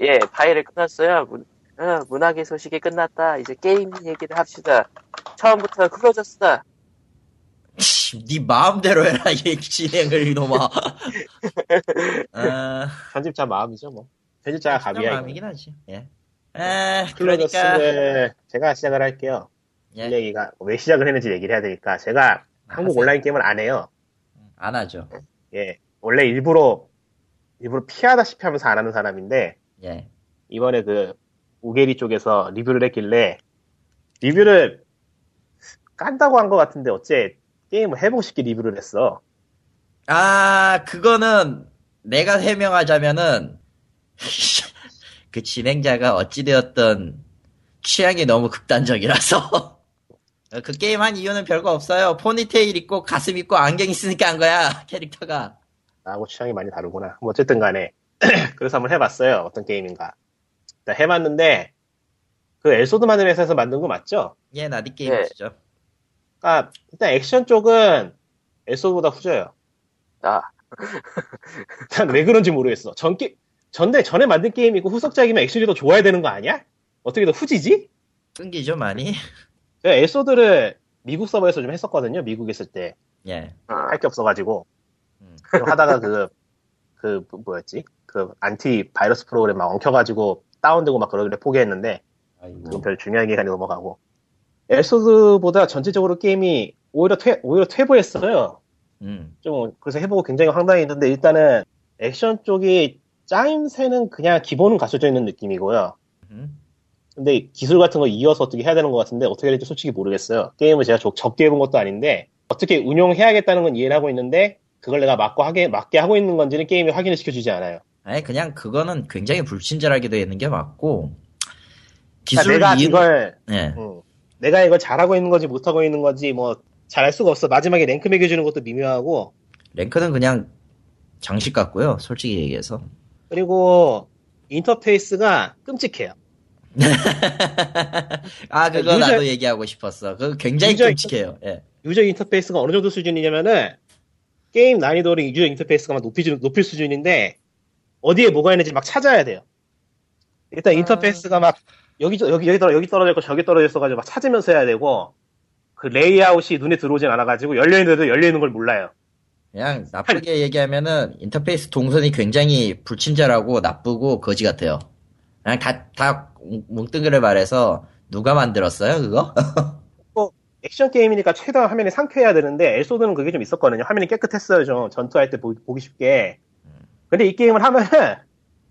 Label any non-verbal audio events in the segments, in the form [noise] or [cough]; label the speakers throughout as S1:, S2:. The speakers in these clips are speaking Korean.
S1: 예, 파일을 끊었어요. 문, 어, 문학의 소식이 끝났다. 이제 게임 얘기를 합시다. 처음부터 클로저스다.
S2: 씨, 네 마음대로 해라 이 진행을 이놈아.
S3: [laughs]
S2: 아,
S3: 편집자 마음이죠 뭐. 편집자가
S2: 그냥
S3: 갑이야.
S2: 마음이긴 하지. 예. 아, 그러니까
S3: 네. 클로저스를 제가 시작을 할게요. 이
S2: 예,
S3: 얘기가 왜 시작을 했는지 얘기를 해야 되니까
S2: 아,
S3: 제가 한국
S2: 하세요.
S3: 온라인 게임을 안 해요.
S2: 안 하죠.
S3: 예, 원래 일부러 일부러 피하다시피 하면서 안 하는 사람인데
S2: 예.
S3: 이번에 그 우게리 쪽에서 리뷰를 했길래 리뷰를 깐다고 한 것 같은데 어째 게임을 해보고 싶게 리뷰를 했어.
S2: 아, 그거는 내가 해명하자면은 [laughs] 그 진행자가 어찌되었던 취향이 너무 극단적이라서 [laughs] 그 게임 한 이유는 별거 없어요. 포니테일 있고 가슴 있고 안경 있으니까 한 거야 [laughs] 캐릭터가.
S3: 나하고 취향이 많이 다르구나. 뭐 어쨌든 간에 [clears throat] 그래서 한번 해봤어요. 어떤 게임인가. 일단 해봤는데 그 엘소드 만든 회사에서 만든 거 맞죠?
S2: 예, 나디
S3: 네.
S2: 게임이죠.
S3: 그러니까 일단 액션 쪽은 엘소드보다 후져요. [laughs]
S1: 아,
S3: 난 왜 그런지 모르겠어. 전 게, 전에, 전에 만든 게임이고 후속작이면 액션이 더 좋아야 되는 거 아니야? 어떻게 더 후지지?
S2: 끊기죠 많이.
S3: 제가 엘소드를 미국 서버에서 좀 했었거든요. 미국에 있을 때.
S2: 예.
S1: 아,
S3: 할 게 없어가지고.
S2: 음.
S3: 좀 하다가 그, 그, 뭐- 뭐였지? 그, 안티 바이러스 프로그램 막 엉켜가지고 다운되고 막 그러길래 포기했는데, 그건
S2: 아이고.
S3: 별 중요한 게 아니고 넘어가고. 음. 엘소드보다 전체적으로 게임이 오히려 퇴, 오히려 퇴보했어요.
S2: 음.
S3: 좀 그래서 해보고 굉장히 황당히 했는데 일단은 액션 쪽이 짜임새는 그냥 기본은 갖춰져 있는 느낌이고요.
S2: 음.
S3: 근데 기술 같은 거 이어서 어떻게 해야 되는 것 같은데 어떻게 해야 될지 솔직히 모르겠어요. 게임을 제가 적- 적게 해본 것도 아닌데 어떻게 운용해야겠다는 건 이해를 하고 있는데 그걸 내가 맞고 하게 맞게 하고 있는 건지는 게임이 확인을 시켜주지 않아요.
S2: 아니 그냥 그거는 굉장히 불친절하게 되어 있는 게 맞고
S3: 그러니까
S2: 기술
S3: 내가
S2: 이유.
S3: 이걸
S2: 예.
S3: 음, 내가 이걸 잘하고 있는 건지 못하고 있는 건지 뭐 잘할 수가 없어. 마지막에 랭크 매겨주는 것도 미묘하고
S2: 랭크는 그냥 장식 같고요. 솔직히 얘기해서.
S3: 그리고 인터페이스가 끔찍해요.
S2: 아, 그거
S3: 유저-
S2: 나도 얘기하고 싶었어. 그거 굉장히
S3: 유저-
S2: 끔찍해요. 예.
S3: 유저 인터페이스가 어느 정도 수준이냐면은 게임 난이도를 유저 인터페이스가 막 높이, 높일 수준인데 어디에 뭐가 있는지 막 찾아야 돼요. 일단 인터페이스가 막 여기 저- 여기 여기 떨어 여기 떨어져 있고 저기 떨어져 있어가지고 막 찾으면서 해야 되고 그 레이아웃이 눈에 들어오진 않아가지고 열려 있는데도 열려 있는 걸 몰라요.
S2: 그냥 나쁘게 얘기하면은 인터페이스 동선이 굉장히 불친절하고 나쁘고 거지 같아요. 그냥 다, 다 뭉뚱그려 말해서 누가 만들었어요, 그거?
S3: 액션 게임이니까 최대한 화면이 상쾌해야 되는데 엘소드는 그게 좀 있었거든요. 화면이 깨끗했어요. 좀 전투할 때 보- 보기 쉽게. 근데 이 게임을 하면은 [laughs]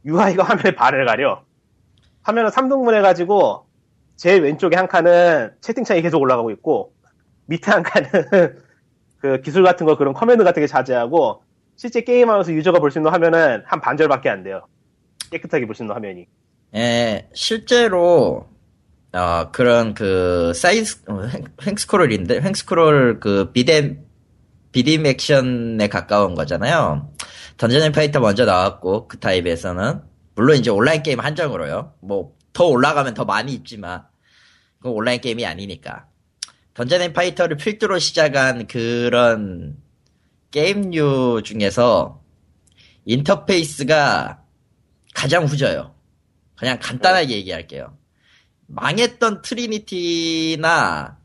S3: UI가 화면에 발을 가려. 화면은 3등분 해가지고 제일 왼쪽에 한 칸은 채팅창이 계속 올라가고 있고 밑에 한 칸은 [laughs] 그 기술 같은 거 그런 커맨드 같은 게 자제하고 실제 게임하면서 유저가 볼 수 있는 화면은 한 반절밖에 안 돼요. 깨끗하게 볼 수 있는 화면이.
S2: 예, 실제로, 어, 그런 그, 사이즈, 어, 횡- 횡스크롤인데, 횡스크롤 그 비뎀, 비딤 액션에 가까운 거잖아요. 던전 앤 파이터 먼저 나왔고, 그 타입에서는. 물론 이제 온라인 게임 한정으로요. 뭐, 더 올라가면 더 많이 있지만, 그건 온라인 게임이 아니니까. 던전 앤 파이터를 필두로 시작한 그런 게임류 중에서 인터페이스가 가장 후져요. 그냥 간단하게 얘기할게요. 망했던 트리니티나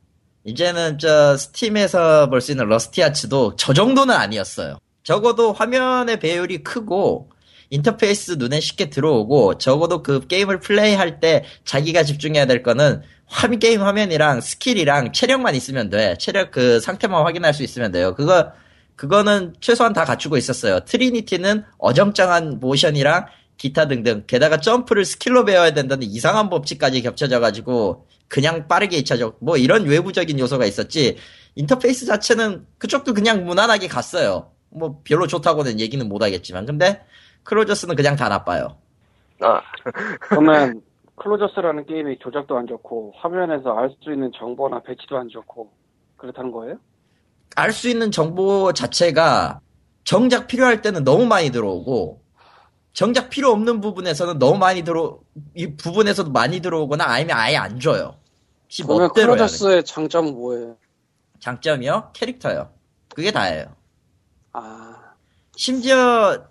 S2: 이제는 저 스팀에서 볼 수 있는 러스티아츠도 저 정도는 아니었어요. 적어도 화면의 배율이 크고 인터페이스 눈에 쉽게 들어오고 적어도 그 게임을 플레이할 때 자기가 집중해야 될 거는 화면 게임 화면이랑 스킬이랑 체력만 있으면 돼. 체력 그 상태만 확인할 수 있으면 돼요. 그거 그거는 최소한 다 갖추고 있었어요. 트리니티는 어정쩡한 모션이랑 기타 등등 게다가 점프를 스킬로 배워야 된다는 이상한 법칙까지 겹쳐져가지고 그냥 빠르게 2차적 뭐 이런 외부적인 요소가 있었지 인터페이스 자체는 그쪽도 그냥 무난하게 갔어요 뭐 별로 좋다고는 얘기는 못하겠지만 근데 크로저스는 그냥 다 나빠요
S1: 아,
S4: 그러면 클로저스라는 게임이 조작도 안 좋고 화면에서 알 수 있는 정보나 배치도 안 좋고 그렇다는 거예요?
S2: 알 수 있는 정보 자체가 정작 필요할 때는 너무 많이 들어오고 정작 필요 없는 부분에서는 너무 많이 들어 이 부분에서도 많이 들어오거나 아니면 아예 안 줘요 혹시
S4: 그러면
S2: 멋대로 해야 돼.
S4: 클로저스의 장점은 뭐예요?
S2: 장점이요? 캐릭터요. 그게 다예요.
S4: 아
S2: 심지어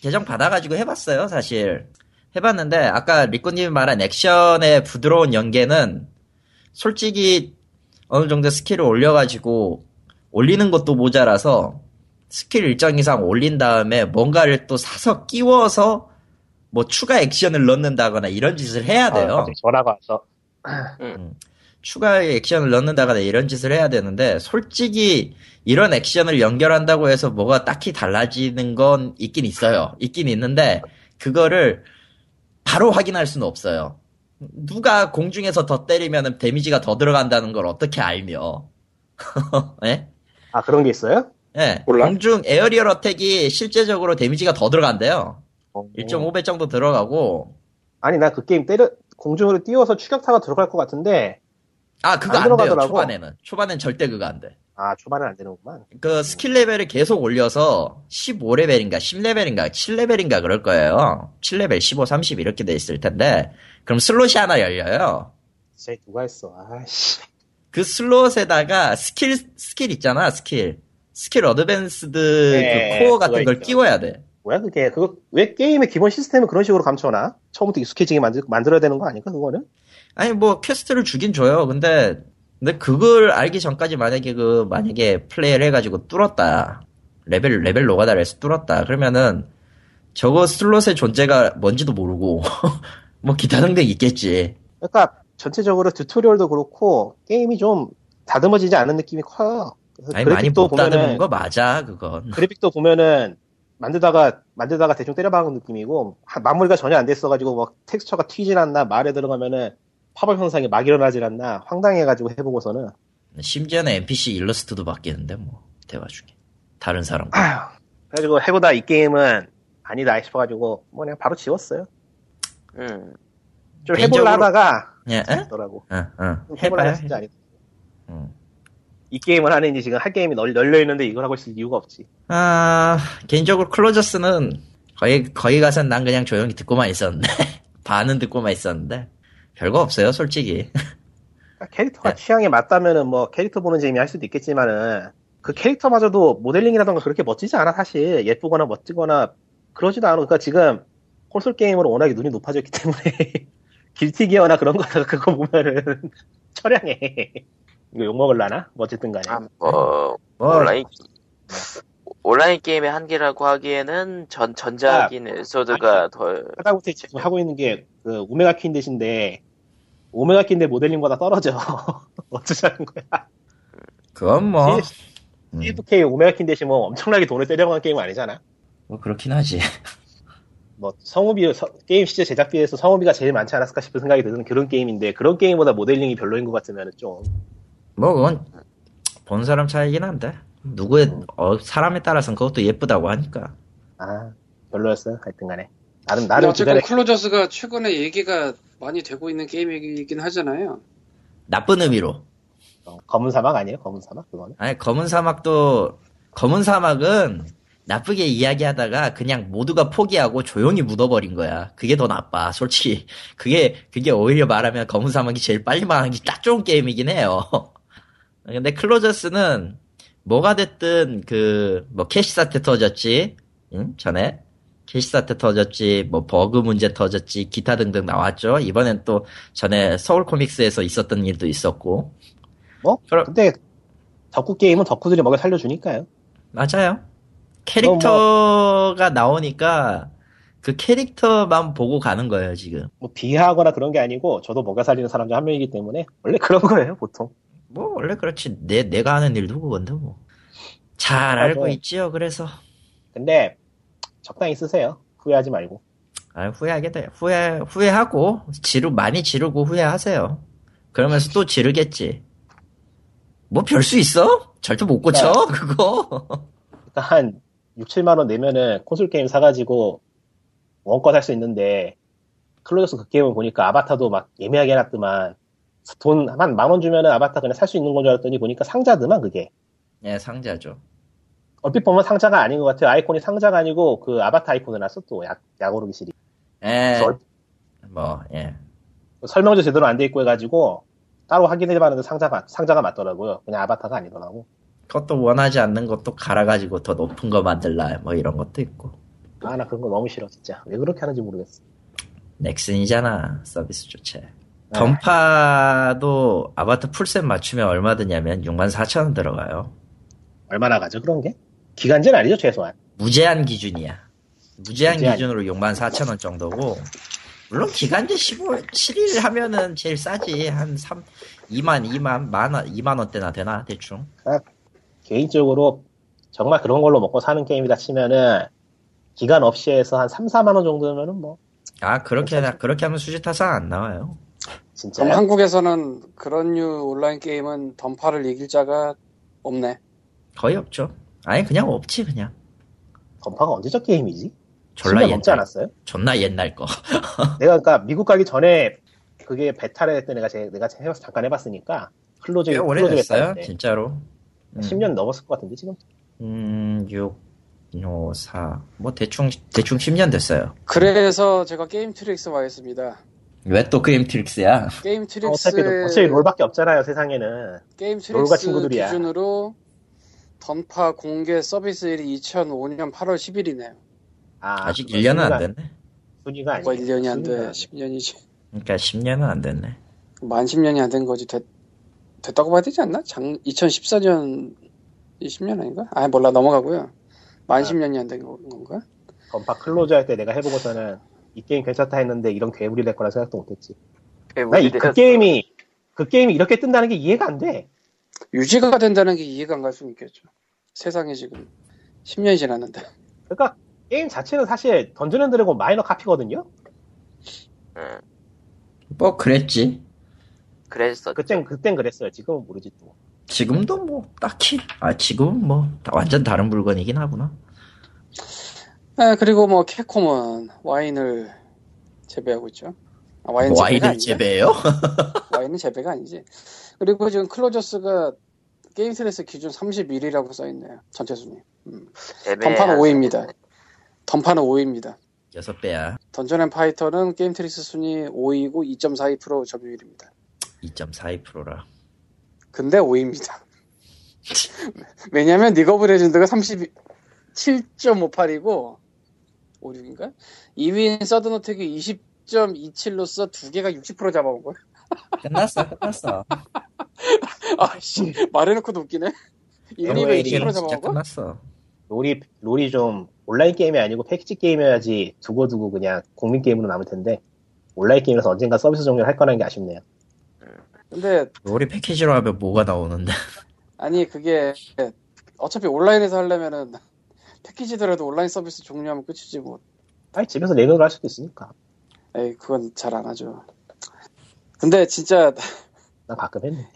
S2: 계정 받아가지고 해봤어요, 사실. 해봤는데 아까 리코님이 말한 액션의 부드러운 연계는 솔직히 어느 정도 스킬을 올려가지고 올리는 것도 모자라서 스킬 일정 이상 올린 다음에 뭔가를 또 사서 끼워서 뭐 추가 액션을 넣는다거나 이런 짓을 해야 돼요. 음.
S3: 아, 갑자기 전화가 와서
S2: 추가 액션을 넣는다거나 이런 짓을 해야 되는데 솔직히 이런 액션을 연결한다고 해서 뭐가 딱히 달라지는 건 있긴 있어요. 있긴 있는데 그거를 바로 확인할 수는 없어요. 누가 공중에서 더 때리면 데미지가 더 들어간다는 걸 어떻게 알며? [laughs] 예?
S3: 아 그런 게 있어요?
S2: 예.
S4: 몰라?
S2: 공중 에어리얼 어택이 실제적으로 데미지가 더 들어간대요. 1.5배 정도 들어가고
S3: 아니 나 그 게임 때려 공중으로 띄워서 추격타가 들어갈 것 같은데
S2: 아 그거
S3: 안
S2: 안 돼요
S3: 들어가더라고.
S2: 초반에는 초반엔 절대 그거 안 돼.
S3: 아 초반은 안 되는구만.
S2: 그 스킬 레벨을 계속 올려서 15레벨인가 10레벨인가 7레벨인가 그럴 거예요. 7레벨 15, 30 이렇게 돼 있을 텐데 그럼 슬롯이 하나 열려요.
S3: 진짜 누가 했어? 아씨.
S2: 그 슬롯에다가 스킬 스킬 있잖아 스킬 스킬 어드밴스드
S3: 네,
S2: 그 코어 같은
S3: 그거
S2: 걸
S3: 있죠.
S2: 끼워야 돼.
S3: 뭐야 그게 그거 왜 게임의 기본 시스템을 그런 식으로 감춰놔? 처음부터 익숙해지게 만들, 만들어야 되는 거 아닐까 그거는?
S2: 아니 뭐 퀘스트를 주긴 줘요. 근데 근데 그걸 알기 전까지 만약에 그 만약에 플레이를 해가지고 뚫었다 레벨 레벨 노가다를 해서 뚫었다 그러면은 저거 슬롯의 존재가 뭔지도 모르고 [laughs] 뭐 기타 등등 있겠지.
S3: 그러니까 전체적으로 튜토리얼도 그렇고 게임이 좀 다듬어지지 않은 느낌이 커요. 그래서
S2: 아니 많이 못
S3: 보면은
S2: 다듬은 거 맞아 그건.
S3: 그래픽도 보면은 만들다가 만들다가 대충 때려박은 느낌이고 하- 마무리가 전혀 안 됐어가지고 막 텍스처가 튀질 않나 말에 들어가면은 팝업 현상이 막 일어나질 않나 황당해가지고 해보고서는
S2: 심지어는 NPC 일러스트도 바뀌는데 뭐 대화 중에 다른 사람. 과
S3: 아휴 그래가지고 해보다 이 게임은 아니다 싶어가지고 뭐 그냥 바로 지웠어요.
S1: 음.
S3: 좀
S2: 개인적으로-
S3: 해볼라 하다가
S2: 예, 예?
S3: 더라고
S2: 응, 응.
S3: 해볼라
S2: 해봐요.
S3: 진짜 아니다.
S2: 음.
S3: 이 게임을 하는지 지금 할 게임이 널- 널려 있는데 이걸 하고 있을 이유가 없지.
S2: 아, 개인적으로 클로저스는 거의, 거의 가선 난 그냥 조용히 듣고만 있었는데. [laughs] 반은 듣고만 있었는데. 별거 없어요, 솔직히.
S3: 그러니까
S2: 네.
S3: 캐릭터가 취향에 맞다면은 뭐 캐릭터 보는 재미 할 수도 있겠지만은 그 캐릭터마저도 모델링이라던가 그렇게 멋지지 않아 사실 예쁘거나 멋지거나 그러지도 않아 그러니까 지금 콘솔 게임으로 워낙에 눈이 높아졌기 때문에 [laughs] 길티기어나 그런 거다가 그거 보면은 [laughs] 철양해 이거 욕먹을라나? 뭐 어쨌든 간에
S1: 아, 뭐,
S2: 뭐,
S1: 온라인 온라인 게임의 한계라고 하기에는 전 전작인 엘소드가 더
S3: 하다못해 지금 하고 있는 게 그 오메가 퀸데신데 오메가 퀸데 모델링보다 떨어져 [laughs] 어쩌자는 거야
S2: 그건
S3: 예.
S2: 뭐. 음,
S3: 1K 오메가 퀸데시 뭐 엄청나게 돈을 때려먹은 게임 은 아니잖아
S2: 뭐, 그렇긴 하지. [laughs]
S3: 뭐 성우비 서- 게임 시제 제작비에서 성우비가 제일 많지 않았을까 싶은 생각이 드는 그런 게임인데 그런 게임보다 모델링이 별로인 것 같으면 좀
S2: 뭐, 그건, 본 사람 차이긴 한데. 누구의, 어, 사람에 따라서는 그것도 예쁘다고 하니까.
S3: 아, 별로였어요. 하여튼간에 나름
S4: 근데
S3: 나름
S4: 어쨌건
S3: 기다려
S4: 클로저스가 최근에 얘기가 많이 되고 있는 게임이긴
S3: 네.
S4: 하잖아요.
S2: 나쁜 의미로.
S3: 어,
S4: 그
S3: 검은 사막 아니에요? 검은 사막 그거는
S2: 아니, 검은 사막도, 검은 사막은 나쁘게 이야기하다가 그냥 모두가 포기하고 조용히 묻어버린 거야. 그게 더 나빠, 솔직히. 그게, 그게 오히려 말하면 검은 사막이 제일 빨리 망하기 딱 좋은 게임이긴 해요. [laughs] 근데 클로저스는 뭐가 됐든 그, 뭐 캐시 사태 터졌지, 응? 전에? 캐시 사태 터졌지, 뭐 버그 문제 터졌지, 기타 등등 나왔죠. 이번엔 또 전에 서울 코믹스에서 있었던 일도 있었고.
S3: 뭐?
S2: 그럼-
S3: 근데 덕후 게임은 덕후들이 먹여 살려주니까요.
S2: 맞아요.
S3: 뭐,
S2: 캐릭터가 나오니까 그 캐릭터만 보고 가는 거예요, 지금.
S3: 뭐 비하하거나 그런 게 아니고 저도 먹여 살리는 사람 중 한 명이기 때문에 원래 그런 거예요 보통.
S2: 뭐, 원래 그렇지. 내, 내가 하는 일도 그건데, 뭐. 잘
S3: 맞아.
S2: 알고 있지요, 그래서.
S3: 근데 적당히 쓰세요. 후회하지 말고.
S2: 아, 후회하게 돼. 후회, 후회하고, 지루, 많이 지르고 후회하세요. 그러면서 또 지르겠지. 뭐, 별 수 있어? 절대 못 고쳐,
S3: 네.
S2: [laughs] 그거.
S3: 그러니까 한 6, 7만 원 내면은 콘솔 게임 사가지고 원권 할 수 있는데 클로저스 그 게임을 보니까 아바타도 막 예매하게 해놨더만 돈 한 만 원 주면은 아바타 그냥 살 수 있는 건 줄 알았더니 보니까 상자더만 그게
S2: 예, 상자죠.
S3: 얼핏 보면 상자가 아닌 것 같아요 아이콘이 상자가 아니고 그 아바타 아이콘을 놨어 또 약, 야구르기 시리
S2: 예.
S3: 절-
S2: 뭐, 예.
S3: 설명도 제대로 안 돼 있고 해가지고 따로 확인해봤는데 상자가 상자가 맞더라고요 그냥 아바타가 아니더라고
S2: 그것도 원하지 않는 것도 갈아가지고 더 높은 거 만들라, 뭐 이런 것도 있고.
S3: 아 나 그런 거 너무 싫어 진짜 왜 그렇게 하는지 모르겠어
S2: 넥슨이잖아 서비스 주체.
S3: 네.
S2: 던파도 아바타 풀셋 맞추면 얼마 드냐면 6만 4천 원 들어가요.
S3: 얼마나 가죠 그런 게? 기간제는 아니죠 최소한.
S2: 무제한 기준이야. 무제한
S3: 무제한.
S2: 기준으로 6만 4천 원 정도고 물론 기간제 15, 7일 하면은 제일 싸지 한 3, 2만, 2만, 만, 원- 2만 원대나 되나 대충.
S3: 개인적으로 정말 그런 걸로 먹고 사는 게임이다 치면은 기간 없이 해서 한 3, 4만 원 정도면은 뭐
S2: 아 그렇게 그렇게 하면 수지 타산 안 나와요.
S3: 진짜
S4: 그럼 한국에서는 그런 류 온라인 게임은 던파를 이길 자가 없네.
S2: 거의 없죠. 아니 그냥 없지 그냥.
S3: 건파가 언제적 게임이지?
S2: 졸라
S3: 10년 넘지
S2: 옛날.
S3: 않았어요?
S2: 존나 옛날 거.
S3: 내가 그러니까 미국 가기 전에 그게 베타를 했던 내가 제, 내가 해봤, 잠깐 해봤으니까 클로즈
S2: 꽤 [laughs] 오래됐어요 진짜로.
S3: 10년 넘었을 것 같은데 지금
S2: 음, 6, 5, 4. 뭐, 대충, 대충 10년 됐어요.
S4: 그래서 제가 게임 트릭스 와있습니다.
S2: 왜 또그 게임 트릭스야?
S4: 게임
S3: 어차피 어차피
S4: 트릭스
S3: 롤밖에 없잖아요 세상에는
S4: 게임
S3: 롤과
S4: 트릭스
S3: 친구들이야.
S4: 기준으로 던파 공개 서비스일이 2005년 8월 10일이네요.
S3: 아,
S2: 아직 1년은 안
S3: 돼
S2: 됐네.
S3: 순위가 아니야
S4: 뭐 1년이 안 돼. 10년이지.
S2: 그러니까 10년은 안 됐네.
S4: 만 10년이 안 된 거지. 됐, 됐다고 봐야 되지 않나? 장, 2014년 20년 아닌가? 아 몰라 넘어가고요. 만 10년이 안 된 건가?
S3: 건파 클로즈 할 때 내가 해보고서는 이 게임 괜찮다 했는데 이런 괴물이 될 거라 생각도 못했지
S4: 뭐
S3: 나 그 게임이 그 게임이 이렇게 뜬다는 게 이해가 안 돼.
S4: 유지가 된다는 게 이해가 안 갈 수 있겠죠. 세상이 지금 10년이 지났는데.
S3: 그러니까 게임 자체는 사실 던전 앤 드래곤 마이너 카피거든요.
S1: 응,
S2: 뭐, 그랬지.
S1: 그랬어.
S3: 그땐 그땐 그랬어요. 지금은 모르지 또.
S2: 지금도 뭐, 딱히. 아, 지금은 뭐, 다- 완전 다른 물건이긴 하구나.
S4: 아, 그리고 뭐 캡콤은 와인을 재배하고 있죠. 아, 와인
S2: 뭐,
S4: 재배가
S2: 와인을
S4: 아니지.
S2: 재배해요? [laughs]
S4: 와인은 재배가 아니지. 그리고 지금 클로저스가 게임 트레스 기준 31위라고 써있네요. 전체 순위.
S1: 네,
S4: 던파는 5위입니다. 던파는 5위입니다.
S2: 6배야.
S4: 던전 앤 파이터는 게임 트리스 순위 5위고 2.42% 점유율입니다.
S2: 2.42%라.
S4: 근데 5위입니다. [laughs] 왜냐면 니거브 레전드가 37.58이고 56인가? 2위인 서든어택이 20.27로서 두 개가 60% 잡아온 거야.
S2: 끝났어, 끝났어.
S4: [laughs] 아씨 말해놓고도 웃기네. 1, 2가
S3: LA
S4: 60%
S2: 게임은
S4: 잡아온
S2: 진짜
S4: 거야?
S2: 끝났어.
S3: 롤이 롤이 좀 온라인 게임이 아니고 패키지 게임이어야지 두고두고 그냥 국민 게임으로 남을 텐데 온라인 게임이라서 언젠가 서비스 종료를 할 거라는 게 아쉽네요.
S4: 근데
S2: 우리 패키지로 하면 뭐가 나오는데. [laughs]
S4: 아니 그게 어차피 온라인에서 하려면은 패키지더라도 온라인 서비스 종료하면 끝이지 뭐
S3: 아니 집에서 레벨을 할 수도 있으니까.
S4: 에이 그건 잘 안 하죠. 근데 진짜
S3: 난 가끔 했네.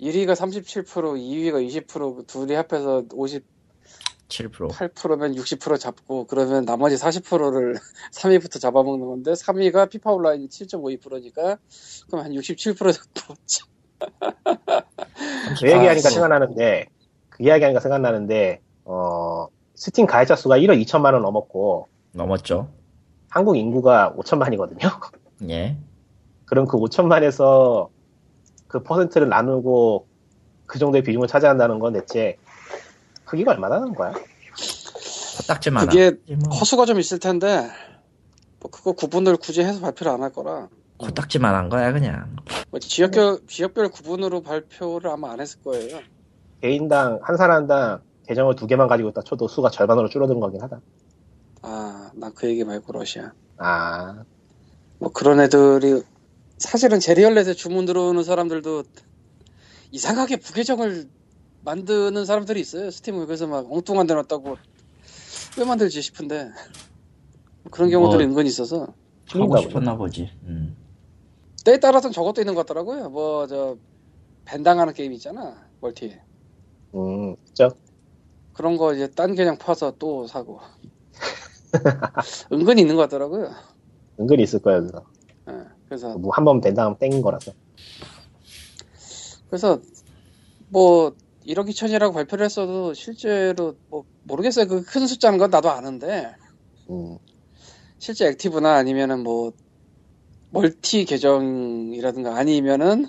S4: 1위가 37%, 2위가 20%, 둘이 합해서
S2: 7%.
S4: 58%면 60% 잡고 그러면 나머지 40%를 [laughs] 3위부터 잡아먹는 건데 3위가 피파 온라인 7.52%니까 그럼 한 67% 잡고 참,
S3: 그 얘기하니까
S2: 아,
S3: 생각나는데 그 이야기하니까 생각나는데 어 스팀 가입자 수가 1억 2천만 원 넘었고
S2: 넘었죠.
S3: 한국 인구가 5천만이거든요. [laughs]
S2: 예.
S3: 그럼 그 5천만에서 그 퍼센트를 나누고 그 정도의 비중을 차지한다는 건 대체 크기가 얼마나 는 거야?
S2: 코딱지만
S4: 그게
S2: 뭐,
S4: 허수가 좀 있을 텐데 뭐 그거 구분을 굳이 해서 발표를 안 할 거라
S2: 코딱지만 한 거야, 그냥.
S4: 뭐 지역별 지역별 구분으로 발표를 아마 안 했을 거예요.
S3: 개인당 한 사람당 계정을 두 개만 가지고 있다 쳐도 수가 절반으로 줄어든 거긴 하다.
S4: 아 나 그 얘기 말고 러시아
S3: 아,
S4: 뭐 그런 애들이 사실은 제리얼렛에 주문 들어오는 사람들도 이상하게 부계정을 만드는 사람들이 있어요 스팀을 그래서 막 엉뚱한 데 놨다고 왜 만들지 싶은데 그런 경우들이
S2: 뭐.
S4: 은근히 있어서
S2: 하고
S3: 틀린가
S2: 싶었나 보지. 음.
S4: 때에 따라서는 저것도 있는 것 같더라고요 뭐 저 밴당하는 게임 있잖아 멀티
S3: 음, 그죠?
S4: 그런 거 이제 딴 계정 파서 또 사고 은근히 있는 것 같더라고요
S3: 은근히 있을 거야, 그래서.
S4: 예, 그래서
S3: 뭐 한 번 된다 하면 땡긴 거라서.
S4: 그래서 뭐 1억 2천이라고 발표를 했어도 실제로 뭐 모르겠어요. 그 큰 숫자인 건 나도 아는데
S3: 음,
S4: 실제 액티브나 아니면은 뭐 멀티 계정이라든가 아니면은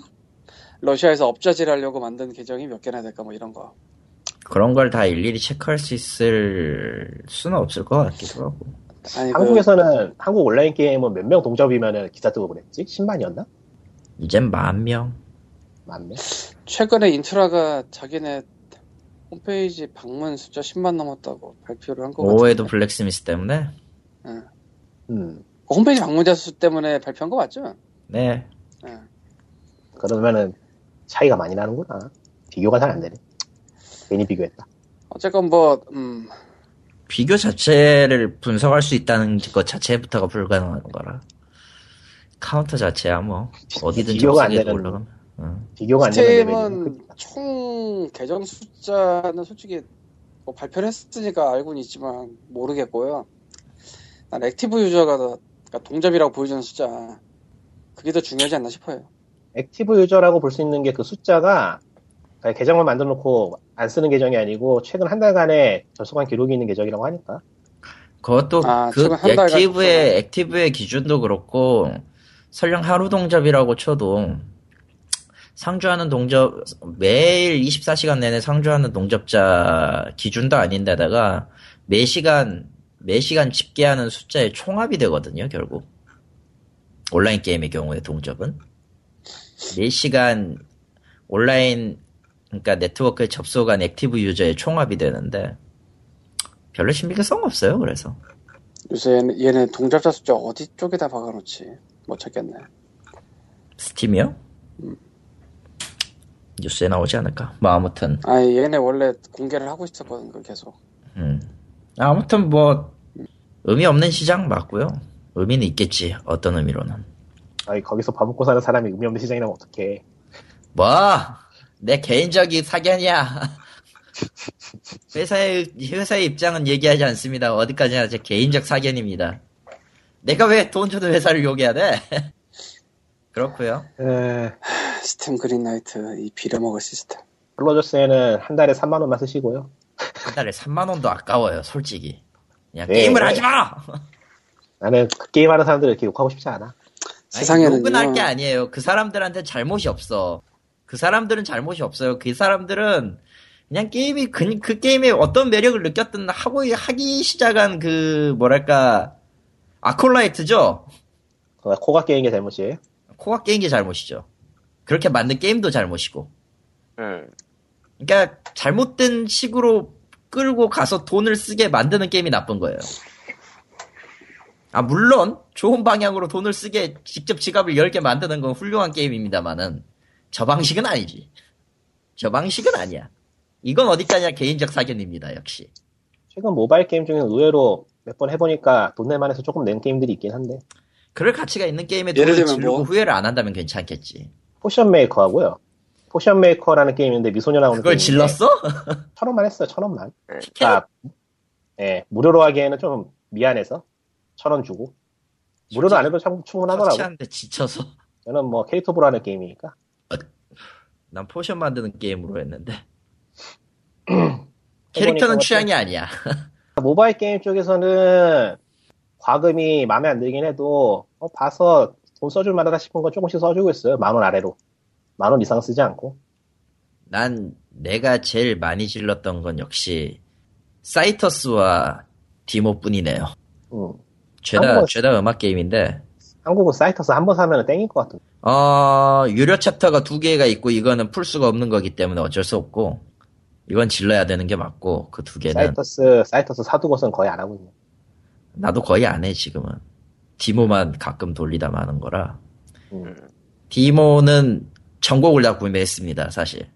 S4: 러시아에서 업자질 하려고 만든 계정이 몇 개나 될까 뭐 이런 거.
S2: 그런 걸 다 일일이 체크할 수 있을 수는 없을 것 같기도 하고.
S4: 아니, 그-
S3: 한국에서는 한국 온라인 게임은 몇 명 동접이면은 기사 뜨고 그랬지? 10만이었나?
S2: 이젠 만 명.
S3: 맞네.
S4: 최근에 인트라가 자기네 홈페이지 방문 숫자 10만 넘었다고 발표를 한 거 같아요.
S2: 오해도 블랙스미스 때문에.
S3: 음.
S4: 그 홈페이지 방문자 수 때문에 발표한 거 맞죠?
S2: 네.
S4: 예.
S3: 그러면은 차이가 많이 나는구나. 비교가 잘 안 되네. 괜히 비교했다.
S4: 어쨌건 뭐 음,
S2: 비교 자체를 분석할 수 있다는 것 자체부터가 불가능한 거라. 카운터 자체야
S3: [laughs]
S2: 뭐 어디든
S3: 비교가 안
S2: 접속에
S3: 되는-
S2: 올라가면. 어. 응.
S3: 비교가 안 되는 레벨이
S4: 스팀은 총 계정 숫자는 솔직히 뭐 발표를 했으니까 알고는 있지만 모르겠고요. 난 액티브 유저가 더 그러니까 동접이라고 보여주는 숫자 그게 더 중요하지 않나 싶어요.
S3: 액티브 유저라고 볼 수 있는 게 그 숫자가 그러니까 계정만 만들어 놓고 안 쓰는 계정이 아니고 최근 한 달간에 접속한 기록이 있는 계정이라고 하니까
S2: 그것도
S4: 아,
S2: 그
S4: 지금 한 달간
S2: 액티브의 액티브의 기준도 그렇고 설령 하루 동접이라고 쳐도 상주하는 동접 매일 24시간 내내 상주하는 동접자 기준도 아닌데다가 매 시간 매 시간 집계하는 숫자의 총합이 되거든요 결국 온라인 게임의 경우에 동접은 4시간 온라인 그러니까 네트워크에 접속한 액티브 유저의 총합이 되는데 별로 신빙성 없어요 그래서
S4: 요새 얘는, 얘는 동접자 숫자 어디 쪽에다 박아놓지 못 찾겠네.
S2: 스팀이요? 뉴스에 나오지 않을까? 뭐 아무튼
S4: 아 얘네 원래 공개를 하고 있었거든 그 계속.
S2: 음. 아무튼 뭐 의미 없는 시장 맞고요 의미는 있겠지 어떤 의미로는
S3: 아니, 거기서 밥 먹고 사는 사람이 의미 없는 시장이라면 어떡해
S2: 뭐 내 개인적인 사견이야 [laughs] 회사의 회사의 입장은 얘기하지 않습니다 어디까지나 제 개인적 사견입니다 내가 왜 돈 주는 회사를 욕해야 돼 [laughs] 그렇고요
S3: 에,
S4: 스팀 그린라이트 이 빌어먹을 시스템.
S3: 플로저스에는 한 달에 3만 원만 쓰시고요
S2: 한 달에 3만 원도 아까워요 솔직히 그냥
S3: 네.
S2: 게임을 하지 마
S3: 나는 그 게임하는 사람들을 이렇게 욕하고 싶지 않아
S2: 아니,
S4: 세상에는요.
S2: 욕은 할 게 아니에요. 그 사람들한테 잘못이 없어. 그 사람들은 잘못이 없어요. 그 사람들은 그냥 게임이 그, 그 게임에 어떤 매력을 느꼈든 하고 하기 시작한 그 뭐랄까 아콜라이트죠.
S3: 어, 코가 깨인 게 잘못이에요
S2: 코가 게임 게 잘못이죠. 그렇게 만든 게임도 잘못이고.
S1: 음.
S2: 그러니까 잘못된 식으로 끌고 가서 돈을 쓰게 만드는 게임이 나쁜 거예요. 아 물론 좋은 방향으로 돈을 쓰게 직접 지갑을 열게 만드는 건 훌륭한 게임입니다만은 저 방식은 아니지. 저 방식은 아니야. 이건 어디까지나 개인적 사견입니다 역시.
S3: 최근 모바일 게임 중에는 의외로 몇 번 해보니까 돈 낼만 해서 조금 낸 게임들이 있긴 한데
S2: 그럴 가치가 있는 게임에
S4: 예를
S2: 돈을
S4: 들면
S2: 지르고
S4: 뭐?
S2: 후회를 안 한다면 괜찮겠지.
S3: 포션 메이커 하고요 포션 메이커라는 게임인데 미소녀 나오는
S2: 그걸
S3: 게임인데
S2: 질렀어?
S3: 천 원만 했어요 천 원만
S2: 티켓?
S3: 아, 예, 무료로 하기에는 좀 미안해서 천 원 주고 무료로 안 해도 참 충분하더라고.
S2: 터치하는데 지쳐서.
S3: 저는 뭐 캐릭터 보라는 게임이니까
S2: 난 포션 만드는 게임으로 했는데.
S3: 해보니까
S2: 캐릭터는
S3: 어때?
S2: 취향이 아니야.
S3: 모바일 게임 쪽에서는 과금이 마음에 안 들긴 해도 어, 봐서 돈 써줄 만하다 싶은 건 조금씩 써주고 있어요. 만 원 아래로 만 원 이상 쓰지 않고
S2: 난 내가 제일 많이 질렀던 건 역시 사이터스와 디모뿐이네요.
S3: 음.
S2: 죄다
S3: 한국은-
S2: 죄다 음악 게임인데
S3: 한국은 사이트에서 한 번 사면 땡일 것 같은데
S2: 어 유료 챕터가 두 개가 있고 이거는 풀 수가 없는 거기 때문에 어쩔 수 없고 이건 질러야 되는 게 맞고 그 두 개는
S3: 사이트스 사이트스 사두고선 거의 안 하고 있네.
S2: 나도 거의 안 해 지금은 디모만 가끔 돌리다 마는 거라
S3: 음.
S2: 디모는 전곡을 다 구매했습니다 사실.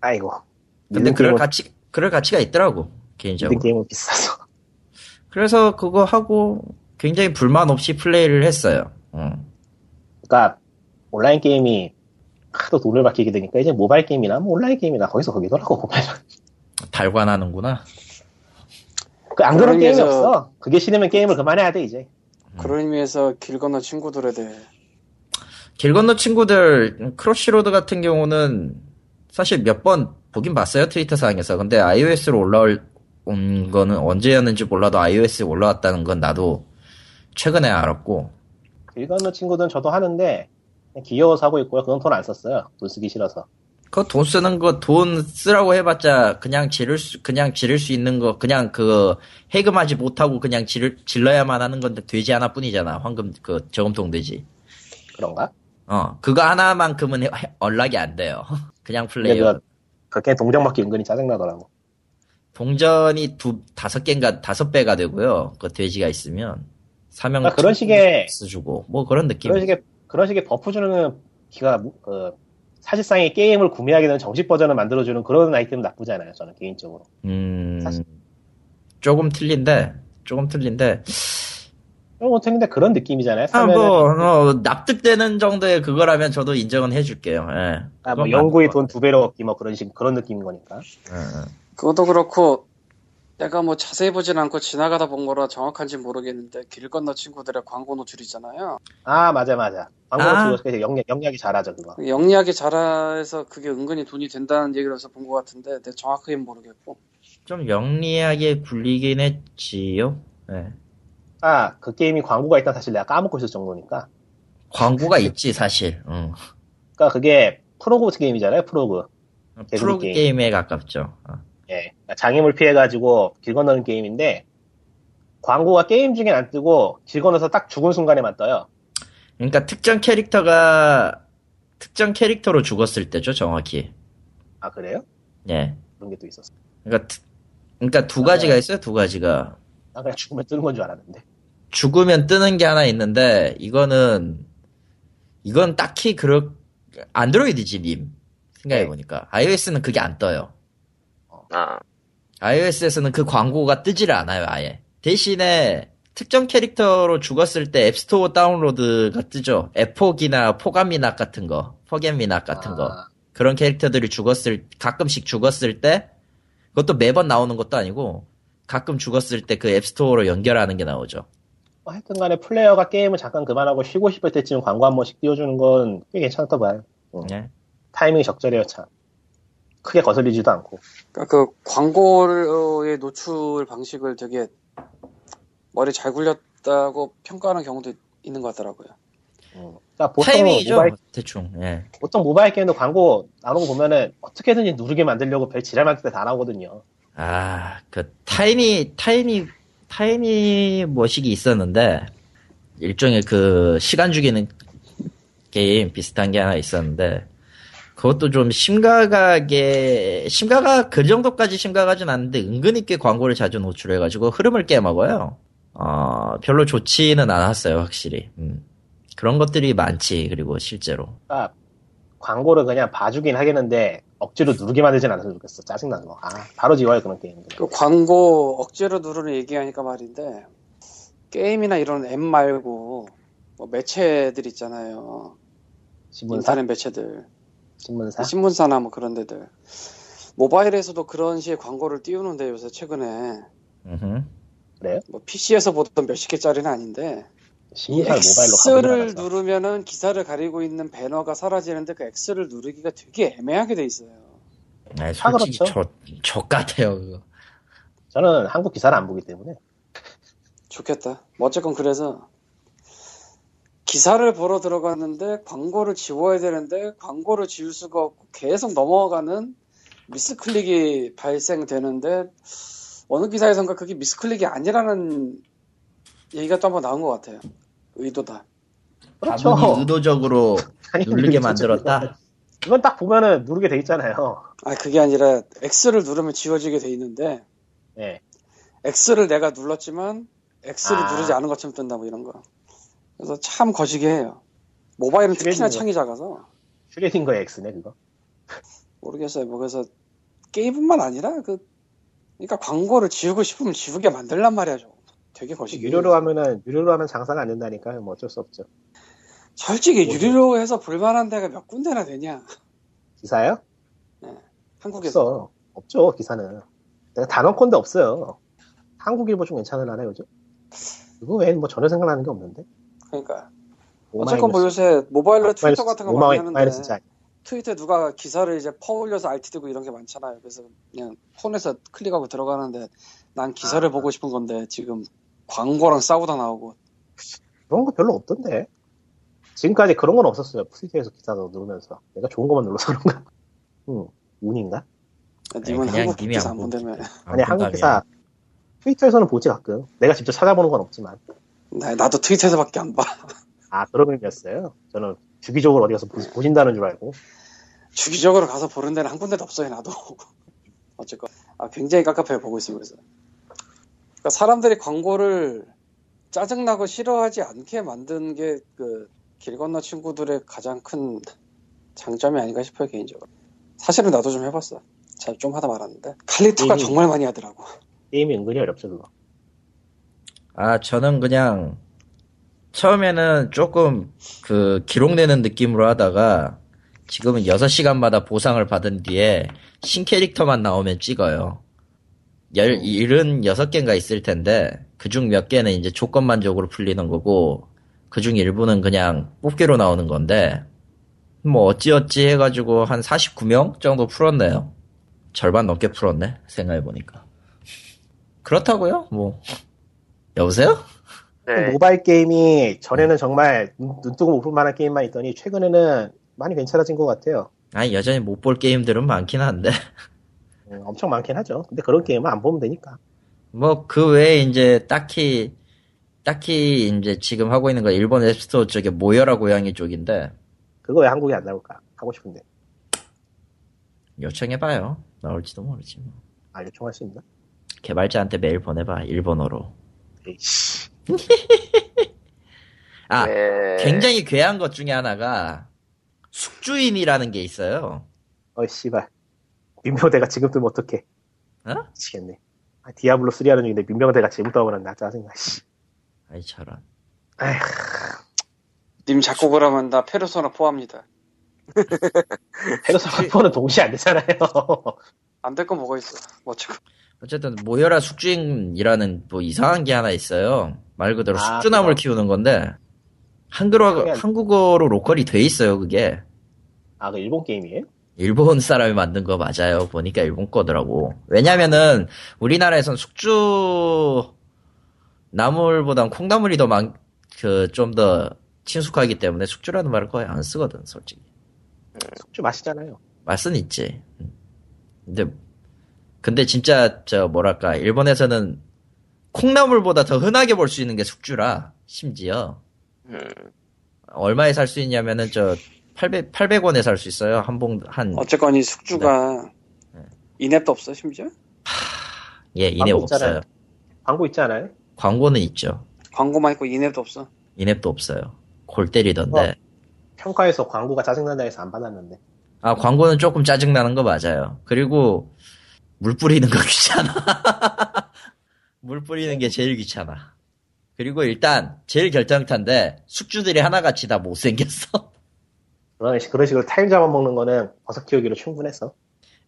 S3: 아이고.
S2: 근데
S3: 믿는
S2: 그럴
S3: 게임은-
S2: 가치 그럴 가치가 있더라고
S3: 믿는
S2: 개인적으로.
S3: 게임은 비싸서. [laughs]
S2: 그래서 그거 하고 굉장히 불만 없이 플레이를 했어요. 응.
S3: 그러니까 온라인 게임이 하도 돈을 맡기게 되니까 이제 모바일 게임이나 뭐 온라인 게임이나 거기서 거기더라고 보면
S2: 달관하는구나.
S3: 그 안 그런
S4: 그런
S3: 게임이
S4: 게서-
S3: 없어 그게 싫으면 게임을 그만해야 돼 이제
S4: 그런 의미에서 길 건너 친구들에 대해
S2: 길 건너 친구들 크로시로드 같은 경우는 사실 몇 번 보긴 봤어요 트위터 상에서. 근데 iOS로 올라올 온 거는 언제였는지 몰라도 iOS에 올라왔다는 건 나도 최근에 알았고
S3: 길 건너 친구들은 저도 하는데 그냥 귀여워서 하고 있고요 그건 돈 안 썼어요 돈 쓰기 싫어서
S2: 그거 돈 쓰는 거 돈 쓰라고 해봤자 그냥 지를 수 그냥 지를 수 있는 거 그냥 그 해금하지 못하고 그냥 지를 질러야만 하는 건데 되지 하나 뿐이잖아 황금 그 저금통 되지
S3: 그런가?
S2: 어 그거 하나만큼은 해- 해- 연락이 안 돼요 [laughs] 그냥
S3: 근데
S2: 플레이어
S3: 그 그렇게 동작 맞기 은근히 짜증나더라고.
S2: 동전이 두 다섯 개인가 다섯 배가 되고요 그 돼지가 있으면 사명
S3: 그러니까 그런 식의-
S2: 주고 뭐 그런 느낌
S3: 그런 식의 그런 식의 버프 주는 기가 그 사실상의 게임을 구매하게 되는 정식 버전을 만들어주는 그런 아이템은 나쁘지 않아요. 저는 개인적으로.
S2: 음
S3: 사실-
S2: 조금 틀린데 조금 틀린데
S3: 어, 어떻게 근데 그런 느낌이잖아요.
S2: 아,
S3: 사면은
S2: 뭐, 어, 납득되는 정도의 그거라면 저도 인정은 해줄게요. 예.
S3: 아, 뭐
S2: 그건
S3: 연구의
S2: 맞는
S3: 돈 두 배로 얻기 뭐 그런 식 그런 느낌인 거니까.
S2: 것 같아요. 예,
S4: 그것도 그렇고 내가 뭐 자세히 보진 않고 지나가다 본 거라 정확한지 모르겠는데 길 건너 친구들의 광고 노출이잖아요.
S3: 아 맞아 맞아.
S2: 아.
S3: 광고 주고 영리 영리하게 잘하죠 그거.
S4: 영리하게 자라서 그게 은근히 돈이 된다는 얘기를 해서 본 것 같은데 내가 정확하게 모르겠고
S2: 예. 좀 영리하게 굴리긴 했지요. 예.
S3: 아, 그 게임이 광고가 있다 사실 내가 까먹고 있을 정도니까. [laughs]
S2: 광고가 있지, 사실. 응.
S3: 그러니까 그게 프로그 게임이잖아요, 프로그. 개그
S2: 프로
S3: 게임.
S2: 게임에 가깝죠. 어.
S3: 예. 그러니까 장애물 피해가지고 길 건너는 게임인데, 광고가 게임 중엔 안 뜨고, 길 건너서 딱 죽은 순간에만 떠요.
S2: 그러니까 특정 캐릭터가, 특정 캐릭터로 죽었을 때죠, 정확히.
S3: 아, 그래요?
S2: 예.
S3: 그런 게 또 있었어.
S2: 그러니까, 특- 그러니까 두 가지가 있어요, 두 가지가.
S3: 난 아, 그냥 죽으면 뜨는 건 줄 알았는데.
S2: 죽으면 뜨는 게 하나 있는데 이거는 이건 딱히 그렇 안드로이드지 님 생각해 보니까 iOS는 그게 안 떠요.
S1: 아,
S2: iOS에서는 그 광고가 뜨지를 않아요 아예. 대신에 특정 캐릭터로 죽었을 때 앱스토어 다운로드가 뜨죠. 에폭이나 포감미나 같은 거, 포겜미나 같은 거.
S3: 아,
S2: 그런 캐릭터들이 죽었을 가끔씩 죽었을 때 그것도 매번 나오는 것도 아니고 가끔 죽었을 때 그 앱스토어로 연결하는 게 나오죠.
S3: 뭐 하여튼 간에 플레이어가 게임을 잠깐 그만하고 쉬고 싶을 때쯤 광고 한 번씩 띄워주는 건 꽤 괜찮다 봐요. 음.
S2: 예.
S3: 타이밍이 적절해요, 참. 크게 거슬리지도 않고.
S4: 그러니까 그 광고의 노출 방식을 되게 머리 잘 굴렸다고 평가하는 경우도 있는 것 같더라고요.
S3: 음. 그러니까 보통
S2: 타이밍이죠.
S3: 모바일
S2: 대충. 예.
S3: 보통 모바일 게임도 광고 나오는 거 보면은 어떻게든지 누르게 만들려고 별 지랄 만들 때다 나오거든요.
S2: 아, 그 타이니 타이니 타이니 머식이 있었는데 일종의 그 시간 죽이는 게임 비슷한 게 하나 있었는데 그것도 좀 심각하게 심각하 그 정도까지 심각하진 않은데 은근히 꽤 광고를 자주 노출해가지고 흐름을 깨먹어요. 어 별로 좋지는 않았어요 확실히. 음. 그런 것들이 많지 그리고 실제로.
S3: 그러니까 광고를 그냥 봐주긴 하겠는데 억지로 누르게 만들진 않았으면 좋겠어. 짜증나서 막. 아 바로 지워요 그런 게임들.
S4: 그 광고 억지로 누르는 얘기하니까 말인데 게임이나 이런 앱 말고 뭐 매체들 있잖아요.
S3: 신문사,
S4: 인터넷 매체들,
S3: 신문사.
S4: 신문사나 뭐 그런 데들. 모바일에서도 그런 식의 광고를 띄우는데 요새 최근에
S2: 음흠.
S4: 뭐 PC에서 보던 몇십 개짜리는 아닌데
S3: 신문사 모바일로
S4: X를
S3: 가고
S4: 누르면은 기사를 가리고 있는 배너가 사라지는데 그 X를 누르기가 되게 애매하게 돼 있어요.
S2: 아,
S3: 다
S2: 솔직히
S3: 그렇죠.
S2: 저, 저 같아요, 그거.
S3: 저는 한국 기사를 안 보기 때문에
S4: 좋겠다. 뭐 어쨌건 그래서 기사를 보러 들어갔는데 광고를 지워야 되는데 광고를 지울 수가 없고 계속 넘어가는 미스클릭이 발생되는데 어느 기사에선가 그게 미스클릭이 아니라는 얘기가 또 한번 나온 것 같아요. 의도다.
S3: 그렇죠.
S2: 다분히 의도적으로
S3: 아니,
S2: 누르게
S3: 진짜 [laughs]
S2: 만들었다.
S3: 이건 딱 보면은 누르게 돼 있잖아요.
S4: 아 그게 아니라 X를 누르면 지워지게 돼 있는데
S3: 예.
S4: X를 내가 눌렀지만 X를
S3: 아.
S4: 누르지 않은 것처럼 뜬다 뭐 이런 거. 그래서 참 거시기 해요. 모바일은 특히나
S3: 슈레딩거.
S4: 창이 작아서.
S3: 슈레딩거의 X네 그거.
S4: 모르겠어요. 뭐 그래서 게임뿐만 아니라 그 그러니까 광고를 지우고 싶으면 지우게 만들란 말이야 저. 되게 거시기.
S3: 유료로 하면은 유료로 하면 장사가 안 된다니까 뭐 어쩔 수 없죠.
S4: 솔직히
S3: 뭐죠?
S4: 유료로 해서 볼만한 데가 몇 군데나 되냐
S3: 기사요?
S4: 한국에서.
S3: 없어. 없죠 기사는. 내가 단언컨대 없어요. 한국일보 좀 괜찮으려나 요즘? 그거 외엔 뭐 전혀 생각나는 게 없는데.
S4: 그러니까 어쨌건 뭐
S3: 오마이뉴스.
S4: 요새 모바일로
S3: 마이너스,
S4: 트위터 같은 거
S3: 오마이-
S4: 많이 하는데
S3: 마이너스 자,
S4: 트위터에 누가 기사를 이제 퍼올려서 RT 뜨고 이런 게 많잖아요. 그래서 그냥 폰에서 클릭하고 들어가는데 난
S3: 아.
S4: 기사를 보고 싶은 건데 지금 광고랑 싸우다 나오고
S3: 그런 거 별로 없던데 지금까지 그런 건 없었어요 트위터에서 기사도 누르면서 내가 [laughs] 좋은 것만 눌러서 그런가 응. 운인가?
S4: 님은
S2: 그냥
S4: 한국
S2: 님이
S4: 기사
S2: 안
S4: 안 본다면
S3: 아니 한국 기사 트위터에서는 보지 가끔. 내가 직접 찾아보는 건 없지만.
S4: 나, 나도 트위터에서밖에 안 봐.
S3: 아 그런 의미였어요. 저는 주기적으로 어디 가서 보- 보신다는 줄 알고.
S4: 주기적으로 가서 보는 데는 한 군데도 없어요 나도. [laughs] 어쨌건 아, 굉장히 깝깝해요 보고 있으면 그래서. 그러니까 사람들이 광고를 짜증나고 싫어하지 않게 만든 게 그 길 건너 친구들의 가장 큰 장점이 아닌가 싶어요 개인적으로. 사실은 나도 좀 해봤어. 잘 좀 하다 말았는데 칼리토가
S3: 음.
S4: 정말 많이 하더라고.
S3: 게임이 은근히 어렵죠 그거.
S2: 아, 저는 그냥 처음에는 조금 그 기록내는 느낌으로 하다가 지금은 6시간마다 보상을 받은 뒤에 신캐릭터만 나오면 찍어요. 열, 76개인가 있을 텐데 그중 몇 개는 이제 조건 만족으로 풀리는 거고 그중 일부는 그냥 뽑기로 나오는 건데 뭐 어찌어찌 해가지고 한 49명 정도 풀었네요. 절반 넘게 풀었네 생각해보니까. 그렇다고요? 뭐 여보세요?
S1: 네.
S3: 모바일 게임이 전에는 정말 눈- 눈뜨고 못 볼 만한 게임만 있더니 최근에는 많이 괜찮아진 것 같아요.
S2: 아니 여전히 못 볼 게임들은 많긴 한데 [laughs]
S3: 음, 엄청 많긴 하죠. 근데 그런 게임은 안 보면 되니까.
S2: 뭐 그 외에 이제 딱히 딱히 이제 지금 하고 있는 건 일본 앱스토어 쪽에 모여라 고양이 쪽인데
S3: 그거 왜 한국에 안 나올까? 하고 싶은데.
S2: 요청해봐요 나올지도 모르지 뭐.
S3: 아 요청할 수 있나?
S2: 개발자한테 메일 보내봐 일본어로 [laughs]
S3: 에이씨.
S2: 아
S1: 네.
S2: 굉장히 괴한 것 중에 하나가 숙주인이라는 게 있어요
S3: 어이 씨발. 민병대가 지금 뜨면 어떡해.
S2: 어?
S3: 미치겠네. 아, 디아블로 3 하는 중인데 민병대가 지금 떠오르나 짜증나. 씨.
S2: 아이 저런
S4: 님 작곡을 하면 나 페르소나 포함니다.
S3: 페르소 4는 동시에 안 되잖아요. [laughs]
S4: 안 될 건 뭐가 있어. 뭐 어쨌건
S2: 어쨌든 모여라 숙주인이라는 뭐 이상한 게 하나 있어요. 말 그대로
S3: 아,
S2: 숙주나무를
S3: 그거.
S2: 키우는 건데 한글화
S3: 그냥-
S2: 한국어로 로컬이 돼 있어요 그게
S3: 아 그 일본 게임이에요?
S2: 일본 사람이 만든 거 맞아요. 보니까 일본 거더라고. 왜냐면은 우리나라에선 숙주 나물보단 콩나물이 더많그좀 더 친숙하기 때문에 숙주라는 말을 거의 안 쓰거든 솔직히.
S3: 숙주 마시잖아요.
S2: 맛은 있지. 음. 근데 근데 진짜 저 뭐랄까 일본에서는 콩나물보다 더 흔하게 볼 수 있는 게 숙주라 심지어
S1: 음.
S2: 얼마에 살 수 있냐면은 저 800, 800원에 살 수 있어요 한 봉 한예
S4: 음. 어쨌건 이 숙주가 인앱도 없어 심지어.
S2: 인앱
S3: 광고 있잖아요.
S2: 예, 없어요
S3: 광고 있지 않아요?
S2: 광고는 있죠
S4: 광고만 있고 인앱도 없어.
S2: 인앱도 없어요 골 때리던데
S3: 어. 평가에서 광고가 짜증난다 해서 안 받았는데.
S2: 아 광고는 조금 짜증 나는 거 맞아요 그리고 물 뿌리는 거 [laughs] 귀찮아 물 뿌리는 게 제일 귀찮아 그리고 일단 제일 결정타인데 숙주들이 하나같이 다 못생겼어 [laughs]
S3: 그런, 식- 그런 식으로 타임 잡아먹는 거는 버섯 키우기로 충분해서.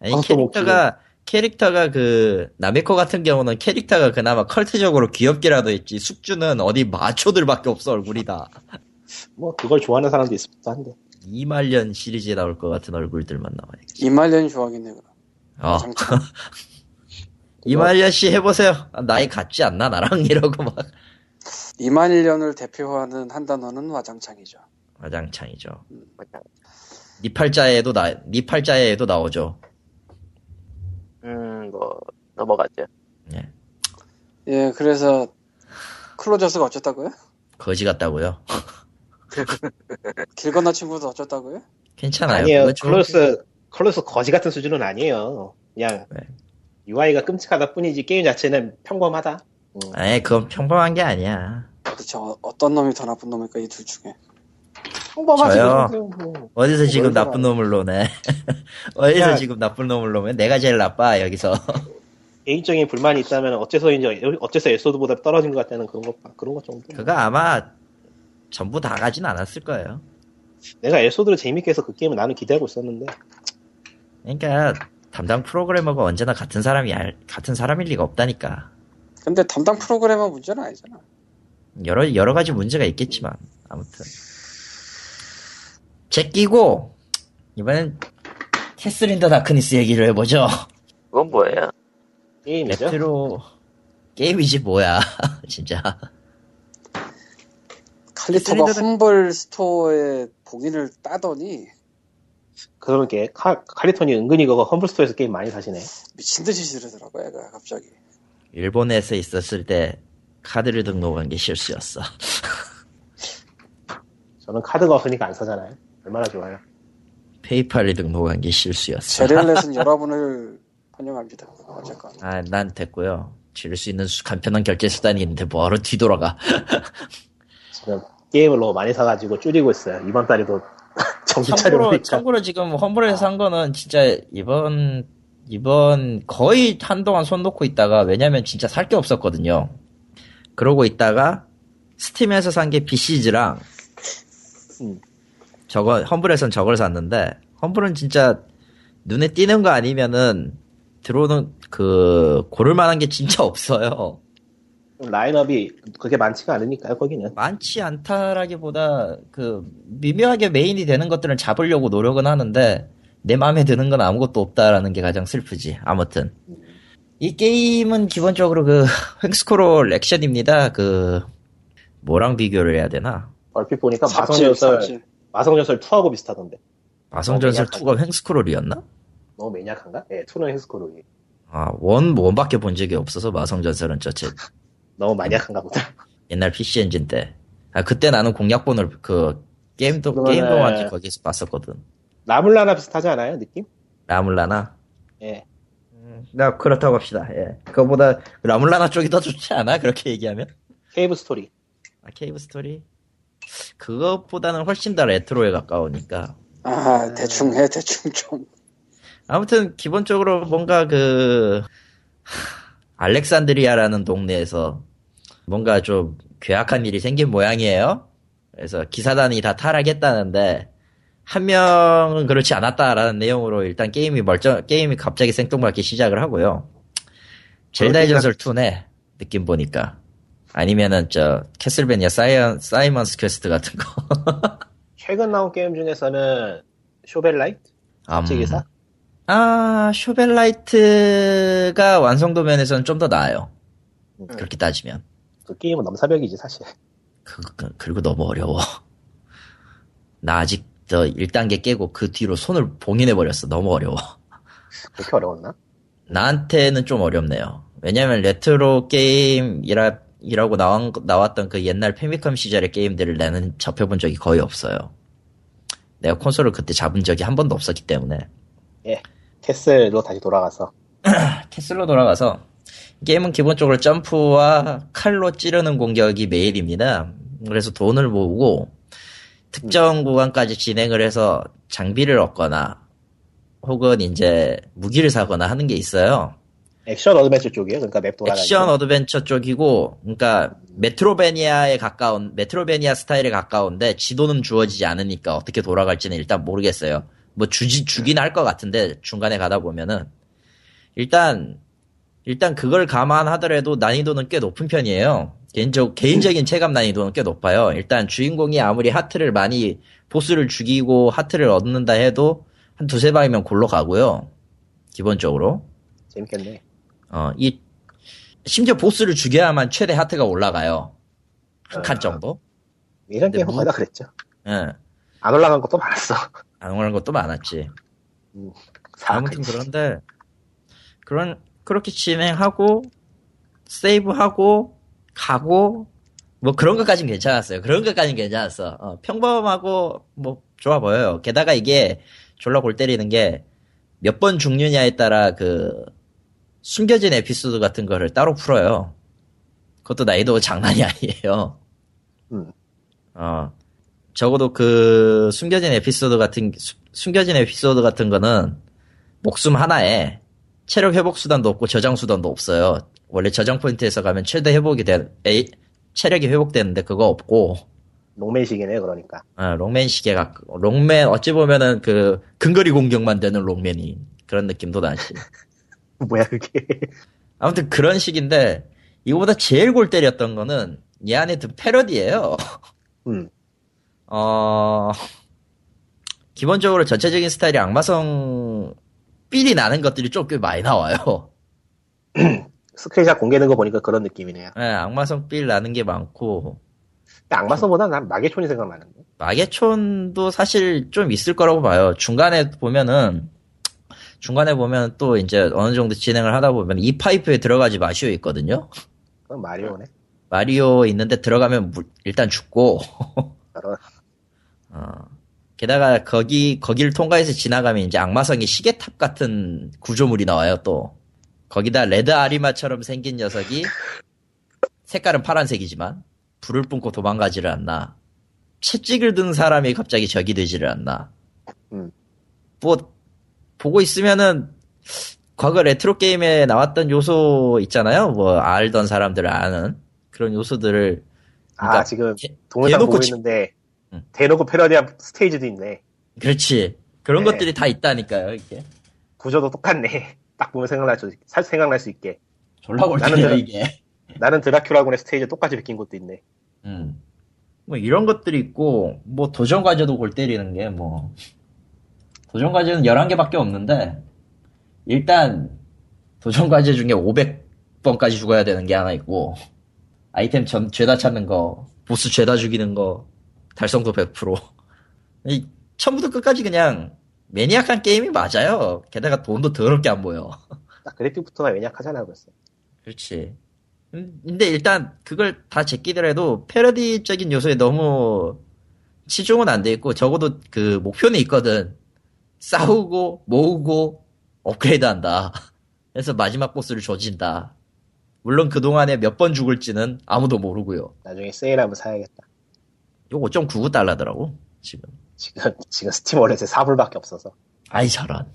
S2: 아니
S3: 방송
S4: 뭐
S2: 캐릭터가 캐릭터가 그 나메코 같은 경우는 캐릭터가 그나마 컬트적으로 귀엽기라도 있지 숙주는 어디 마초들밖에 없어 얼굴이 다
S3: 뭐, 그걸 좋아하는 사람도 있을 것도 한데.
S2: 이말년 시리즈에 나올 것 같은 얼굴들만 나와요.
S4: 이말년이 좋아하겠네 그럼.
S2: 어
S4: 장점.
S2: [laughs] 이말년 씨 해보세요. 아, 나이 같지 않나 나랑 이러고 막
S4: 이만일년을 대표하는 한 단어는 와장창이죠.
S2: 와장창이죠. 니 팔자에도 나니 팔자에도 나오죠.
S1: 음, 뭐, 넘어가죠.
S2: 예.
S4: 예, 그래서 클로저스가 어쨌다고요?
S2: 거지 같다고요.
S4: 길 건너 친구도 어쨌다고요?
S2: 괜찮아요.
S3: 아니에요.
S2: 그거 좀-
S3: 클로스, 클로스 거지 같은 수준은 아니에요. 그냥,
S2: 네.
S3: UI가 끔찍하다 뿐이지, 게임 자체는 평범하다.
S2: 아니 그건 평범한 게 아니야.
S4: 도대체 어, 떤 놈이 더 나쁜 놈일까 이 둘 중에.
S3: 평범하지.
S2: 저요?
S3: 그냥 뭐.
S2: 어디서 지금
S4: 얼굴
S2: 나쁜
S4: 안-
S2: 놈을 노네? [laughs] 어디서
S3: 야.
S2: 지금 나쁜 놈을 노네? 내가 제일 나빠 여기서. [laughs]
S3: 개인적인 불만이 있다면, 어째서인지, 어째서 에소드보다 떨어진 것 같다는 그런 것, 그런 것 정도.
S2: 그거 아마 전부 다 가진 않았을 거예요.
S3: 내가 에소드를 재밌게 해서 그 게임을 나는 기대하고 있었는데,
S2: 그러니까 담당 프로그래머가 언제나 같은 사람이 알- 같은 사람일 리가 없다니까.
S4: 근데 담당 프로그래머 문제는 아니잖아.
S2: 여러 여러 가지 문제가 있겠지만 아무튼 제 끼고 이번엔 캐슬인 더 다크니스 얘기를 해보죠.
S1: 그건 뭐예요?
S3: 게임이죠.
S2: 레트로 게임이지 뭐야 [laughs] 진짜.
S4: 칼리토가
S2: 스리더는-
S4: 험벌 스토어에 봉인을 따더니
S3: 그러게 카, 카리톤이 은근히 그거 험블스토어에서 게임 많이 사시네.
S4: 미친 듯이 지르더라고 애가 갑자기.
S2: 일본에서 있었을 때 카드를 등록한 게 실수였어.
S3: 저는 카드가 없으니까 안 사잖아요. 얼마나 좋아요.
S2: 페이팔을 등록한 게 실수였어.
S4: 제리얼렛은 여러분을 환영합니다. 어쨌건
S2: 아, 난 됐고요. 지를 수 있는 수- 간편한 결제 수단이 있는데 뭐하러 뒤돌아가.
S3: 지금 게임을 너무 많이 사가지고 줄이고 있어요. 이번 달에도 [laughs] 정신
S2: 참고로,
S3: 차려보니까 아.
S2: 참고로 지금 험블에서 산 거는 진짜 이번, 이번 거의 한동안 손 놓고 있다가 왜냐면 진짜 살 게 없었거든요. 그러고 있다가 스팀에서 산 게 BC즈랑
S3: 음.
S2: 저거, 험블에선 저걸 샀는데 험블은 진짜 눈에 띄는 거 아니면은 들어오는 그, 고를 만한 게 진짜 [laughs] 없어요.
S3: 라인업이 그렇게 많지가 않으니까요. 거기는
S2: 많지 않다라기보다 그 미묘하게 메인이 되는 것들을 잡으려고 노력은 하는데 내 마음에 드는 건 아무것도 없다라는 게 가장 슬프지. 아무튼 이 게임은 기본적으로 그 [laughs] 횡스크롤 액션입니다. 그 뭐랑 비교를 해야 되나?
S3: 얼핏 보니까
S4: 삽질
S3: 마성전설
S4: 삽질.
S3: 마성전설 2하고 비슷하던데
S2: 마성전설
S3: 어,
S2: 2가 횡스크롤이었나?
S3: 너무 매니악한가? 예, 2는 헬스코로이
S2: 아, 원 원밖에 본 적이 없어서 마성전설은 저제
S3: 너무 마니악한가 보다. [laughs]
S2: 옛날 PC 엔진 때. 아, 그때 나는 공략본을 그 게임도
S3: 그거는-
S2: 게임 동안 거기서 봤었거든.
S3: 라물라나 비슷하지 않아요? 느낌?
S2: 라물라나.
S3: 예.
S2: 나 그렇다고 합시다. 예. 그거보다 라물라나 쪽이 더 좋지 않아? 그렇게 얘기하면?
S3: 케이브 스토리.
S2: 아, 케이브 스토리? 그것보다는 훨씬 더 레트로에 가까우니까.
S4: 아 대충 해 대충 좀.
S2: 아무튼 기본적으로 뭔가 그 알렉산드리아라는 동네에서 뭔가 좀 괴악한 일이 생긴 모양이에요. 그래서 기사단이 다 탈락했다는데 한 명은 그렇지 않았다라는 내용으로 일단 게임이 멀쩡 게임이 갑자기 생뚱맞게 시작을 하고요. 젤다의 전설 2네 느낌 보니까 아니면은 저 캐슬베니아 사이언 사이먼스 퀘스트 같은 거. [laughs]
S3: 최근 나온 게임 중에서는 쇼벨라이트?
S2: 암.
S3: 제기사?
S2: 아, 쇼벨라이트가 완성도 면에서는 좀 더 나아요. 그렇게 따지면.
S3: 그 게임은 넘사벽이지 사실. [laughs]
S2: 그, 그- 그리고 너무 어려워. [laughs] 나 아직 저 1단계 깨고 그 뒤로 손을 봉인해버렸어. 너무 어려워.
S3: 그렇게 어려웠나?
S2: 나한테는 좀 어렵네요. 왜냐면 레트로 게임이라, 이라고 나온, 나왔던 그 옛날 페미컴 시절의 게임들을 나는 접해본 적이 거의 없어요. 내가 콘솔을 그때 잡은 적이 한 번도 없었기 때문에.
S3: 예. 캐슬로 다시 돌아가서
S2: 캐슬로 돌아가서 게임은 기본적으로 점프와 칼로 찌르는 공격이 메일입니다. 그래서 돈을 모으고 특정 구간까지 진행을 해서 장비를 얻거나 혹은 이제 무기를 사거나 하는 게 있어요.
S3: 액션 어드벤처 쪽이에요. 그러니까 맵 돌아가는.
S2: 액션
S3: 거.
S2: 어드벤처 쪽이고, 그러니까 메트로베니아에 가까운 메트로베니아 스타일에 가까운데 지도는 주어지지 않으니까 어떻게 돌아갈지는 일단 모르겠어요. 뭐 주지 주긴 할 것 같은데 중간에 가다 보면은 일단 일단 그걸 감안하더라도 난이도는 꽤 높은 편이에요. 개인적 개인적인 체감 난이도는 꽤 높아요. 일단 주인공이 아무리 하트를 많이 보스를 죽이고 하트를 얻는다 해도 한 두세 방이면 골로 가고요. 기본적으로.
S3: 재밌겠네.
S2: 어, 이, 심지어 보스를 죽여야만 최대 하트가 올라가요. 한 칸 정도?
S3: 이런
S2: 근데
S3: 게임은
S2: 뭐-
S3: 거의 다 그랬죠.
S2: 예.
S3: 안 올라간 것도 많았어. [laughs]
S2: 안 오는 것도 많았지. 아무튼
S3: 사악하지.
S2: 그런데, 그런, 그렇게 진행하고, 세이브하고, 가고, 뭐 그런 것까진 괜찮았어요. 그런 것까진 괜찮았어. 어, 평범하고, 뭐, 좋아 보여요. 게다가 이게, 졸라 골 때리는 게, 몇 번 죽느냐에 따라 그, 숨겨진 에피소드 같은 거를 따로 풀어요. 그것도 나이도 장난이 [laughs] 아니에요.
S3: 음.
S2: 어, 적어도 그 숨겨진 에피소드 같은 수- 숨겨진 에피소드 같은 거는 목숨 하나에 체력 회복 수단도 없고 저장 수단도 없어요. 원래 저장 포인트에서 가면 최대 회복이 돼 에이, 체력이 회복되는데 그거 없고
S3: 농맨식이네 그러니까. [laughs]
S2: 아, 롱맨 시계 가 롱맨 어찌 보면은 그 근거리 공격만 되는 롱맨이 그런 느낌도 나지.
S3: 뭐야 그게. [laughs]
S2: 아무튼 그런 식인데 이거보다 제일 골 때렸던 거는 얘 안에 든 패러디예요.
S3: 음.
S2: 어, 기본적으로 전체적인 스타일이 악마성 삘이 나는 것들이 조금 많이 나와요.
S3: 스크린샷 공개된 거 보니까 그런 느낌이네요.
S2: 예, 악마성 삘 나는 게 많고,
S3: 근데 악마서보다 난 마계촌이 생각나는데.
S2: 마계촌도 사실 좀 있을 거라고 봐요. 중간에 보면은, 중간에 보면 또 이제 어느 정도 진행을 하다 보면 이 파이프에 들어가지 마시오 있거든요?
S3: 그건 마리오네.
S2: 마리오 있는데 들어가면 물- 일단 죽고,
S3: 저런.
S2: 어. 게다가 거기, 거기를 통과해서 지나가면 이제 악마성의 시계탑 같은 구조물이 나와요, 또. 거기다 레드 아리마처럼 생긴 녀석이 색깔은 파란색이지만 불을 뿜고 도망가지를 않나. 채찍을 든 사람이 갑자기 적이 되지를 않나.
S3: 음.
S2: 뭐, 보고 있으면은 과거 레트로 게임에 나왔던 요소 있잖아요. 뭐, 알던 사람들 아는 그런 요소들을.
S3: 아, 지금
S2: 게-
S3: 동영상 보고
S2: 그러니까 대놓고 치- 음.
S3: 있는데
S2: 응.
S3: 대놓고 패러디한 스테이지도 있네.
S2: 그렇지. 그런
S3: 네.
S2: 것들이 다 있다니까요, 이게.
S3: 구조도 똑같네. [laughs] 딱 보면 생각날 수, 살 생각날 수 있게.
S2: 졸라
S3: 나는
S2: 걸리네요
S3: 그런-
S2: 이게.
S3: 나는 드라큘라군의 스테이지 똑같이 베낀 것도 있네.
S2: 음. 뭐 이런 것들이 있고 뭐 도전 과제도 골 때리는 게 뭐 도전 과제는 11개밖에 없는데 일단 도전 과제 중에 500번까지 죽어야 되는 게 하나 있고 아이템 전, 죄다 찾는 거 보스 죄다 죽이는 거 달성도 100%이 처음부터 끝까지 그냥 매니악한 게임이 맞아요. 게다가 돈도 더럽게 안 모여.
S3: 딱 그래픽부터가 연약하잖아 그랬어.
S2: 그렇지. 음, 근데 일단 그걸 다 제끼더라도 패러디적인 요소에 너무 치중은 안 돼 있고 적어도 그 목표는 있거든. 싸우고 모으고 업그레이드한다. [laughs] 그래서 마지막 보스를 조진다. 물론 그 동안에 몇 번 죽을지는 아무도 모르고요.
S3: 나중에 세일하면 사야겠다.
S2: 이거 5.99 달러더라고 지금.
S3: 지금 지금 스팀 월렛에 4불밖에 없어서.
S2: 아이 저런.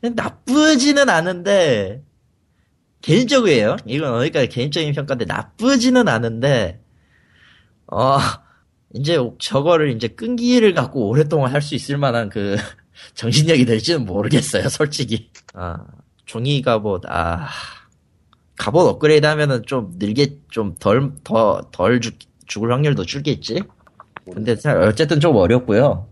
S2: 나쁘지는 않은데 개인적이에요. 이건 어디까지 개인적인 평가인데 나쁘지는 않은데 어 이제 저거를 이제 끈기를 갖고 오랫동안 할 수 있을 만한 그 [laughs] 정신력이 될지는 모르겠어요. 솔직히. 아 종이 갑옷 아 갑옷 업그레이드 하면은 좀 늘게 좀 덜 더 덜 죽을 확률도 줄겠지. 근데 사- 어쨌든 좀 어렵고요.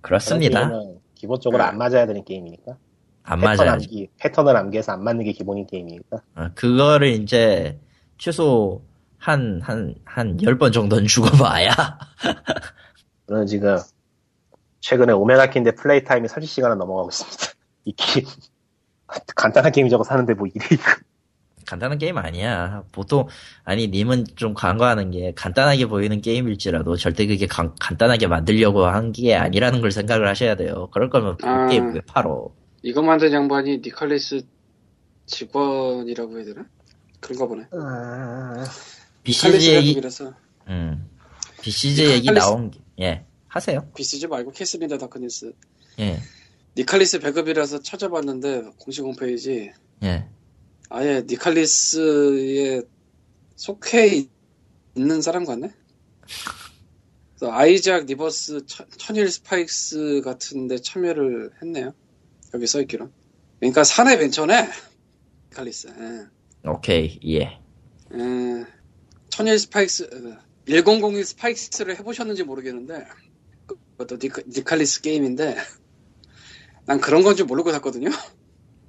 S2: 그렇습니다. 네.
S3: 그런 게임은 기본적으로 안 맞아야 되는 게임이니까.
S2: 안
S3: 패턴
S2: 맞아요.
S3: 암기, 패턴을 암기해서 안 맞는 게 기본인 게임이니까.
S2: 어, 그거를 이제 최소 한, 한, 한 10번 정도는 [laughs] 죽어봐야.
S3: 저는 지금 최근에 오메가 킨데 플레이 타임이 30시간을 넘어가고 있습니다. [laughs] 이 게임 간단한 게임이라고 사는데 뭐 이래 이거.
S2: 간단한 게임 아니야. 보통, 아니, 님은 좀 간과하는 게 간단하게 보이는 게임일지라도 절대 그게 간, 간단하게 만들려고 한 게 아니라는 걸 생각을 하셔야 돼요. 그럴 거면 그
S4: 아.
S2: 게임 왜 팔어?
S4: 이거 만든 양반이 니칼리스 직원이라고 해야 되나? 그런가 보네.
S2: BCG
S4: 칼리스
S2: 얘기,
S4: 한국이라서
S2: 음. BCG 얘기
S4: 칼리스-
S2: 나온 게, 예. 하세요.
S4: BCG 말고 캐스빈더 다크니스.
S2: 예.
S4: 니칼리스 배급이라서 찾아봤는데 공식 홈페이지
S2: 예.
S4: 아예 니칼리스에 속해 있- 있는 사람 같네. 그래서 아이작 리버스 천- 천일 스파이크스 같은데 참여를 했네요. 여기 써있기로. 그러니까 사내 벤처네. 니칼리스. 예.
S2: 오케이. 예.
S4: 에, 천일 스파이크스 어, 1001 스파이크스를 해보셨는지 모르겠는데 그- 그것도 니카, 니칼리스 게임인데 난 그런 건 줄 모르고 샀거든요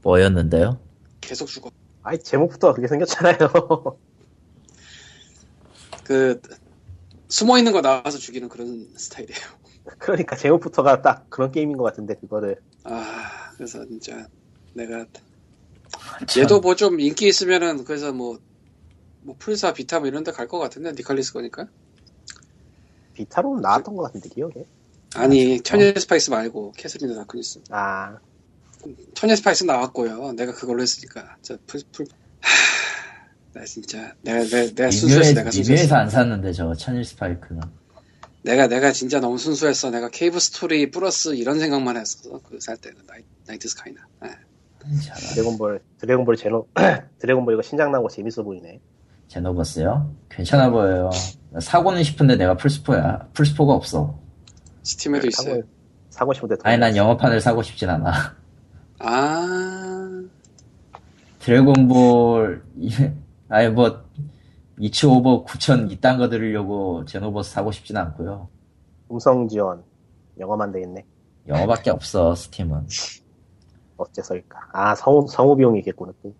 S2: 뭐였는데요?
S4: 계속 죽어
S3: 아이 제목부터 그렇게 생겼잖아요. [laughs]
S4: 그 숨어있는 거 나와서 죽이는 그런 스타일이에요
S3: 그러니까 제목부터가 딱 그런 게임인 것 같은데 그거를
S4: 아 그래서 진짜 내가 얘도 뭐 좀 인기 있으면은 그래서 뭐, 뭐 풀사 비타 뭐 이런 데 갈 것 같은데 니칼리스 거니까
S3: 비타로 나왔던 것 같은데 기억에.
S4: 아니 천일 스파이스 말고 캐슬린 다크니스
S3: 아
S4: 천연 스파이스 나왔고요. 내가 그걸로 했으니까. 저 풀, 풀. 하, 나 진짜 내가 내가, 내가 순수했어. 내가
S2: 리뷰에서
S4: 순수했어.
S2: 안 샀는데 저 천일 스파이크는.
S4: 내가 내가 진짜 너무 순수했어. 내가 케이브 스토리 플러스 이런 생각만 했어. 그 살 때는 나이, 나이트 스카이나. 예.
S2: 잘하네.
S3: 드래곤볼 드래곤볼 제노 [clears throat] 드래곤볼 이거 신작 나오고 재밌어 보이네.
S2: 제노버스요? 괜찮아 보여요. 나 사고는 싶은데 내가 풀스포야. 풀스포가 없어.
S4: 스팀에도 있어요.
S3: 사고 사고 싶은데 돈
S2: 아니, 난 영어판을 사고 싶진 않아. [laughs]
S4: 아
S2: 드래곤볼, 이- 아니, 뭐, 이치오버 9000 이딴 거 들으려고 제노버스 사고 싶진 않고요.
S3: 음성 지원 영어만 돼 있네.
S2: 영어밖에 없어, 스팀은.
S3: 어째서일까? 아 성우 성우 비용이겠구나 또.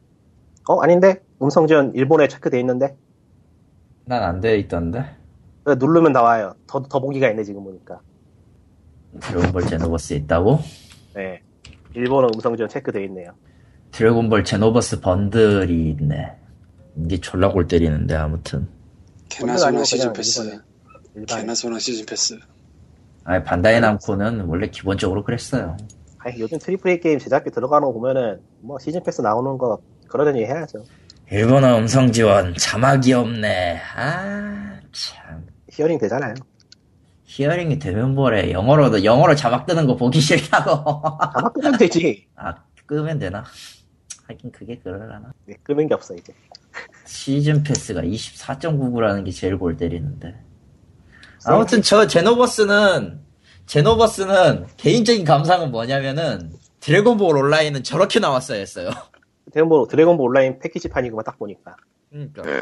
S3: 어 아닌데 음성 지원 일본에 체크돼 있는데
S2: 난 안 돼 있던데.
S3: 누르면 나와요. 더, 더 보기가 있네, 지금 보니까.
S2: 드래곤볼 제노버스 있다고?
S3: 네. 일본어 음성지원 체크되어 있네요.
S2: 드래곤볼 제노버스 번들이 있네. 이게 졸라 골 때리는데 아무튼.
S4: 개나
S3: 원래가
S4: 소나
S3: 아니고
S4: 시즌
S3: 그냥
S4: 패스.
S3: 일본에. 일반.
S4: 개나 소나 시즌 패스.
S2: 아니 반다이 남코는 원래 기본적으로 그랬어요.
S3: 아니, 요즘 트리플 A 게임 제작비 들어가는 거 보면은, 뭐, 시즌 패스 나오는 거, 그러려니 해야죠.
S2: 일본어 음성 지원 자막이 없네. 아 참.
S3: 히어링 되잖아요.
S2: 히어링이 되면 뭐래. 영어로도 영어로 자막 뜨는 거 보기 싫다고. [laughs]
S3: 아마 끄면 되지.
S2: 아 끄면 되나? 하긴 그게 그러려나.
S3: 네, 끄는 게 없어, 이제.
S2: 시즌 패스가 24.99라는 게 제일 골 때리는데. 아무튼 저 제노버스는 제노버스는 개인적인 감상은 뭐냐면은 드래곤볼 온라인은 저렇게 나왔어야 했어요. [laughs]
S3: 네. 드래곤볼, 드래곤볼 온라인 패키지판이구만 딱 보니까.
S2: 그러니까
S1: 네.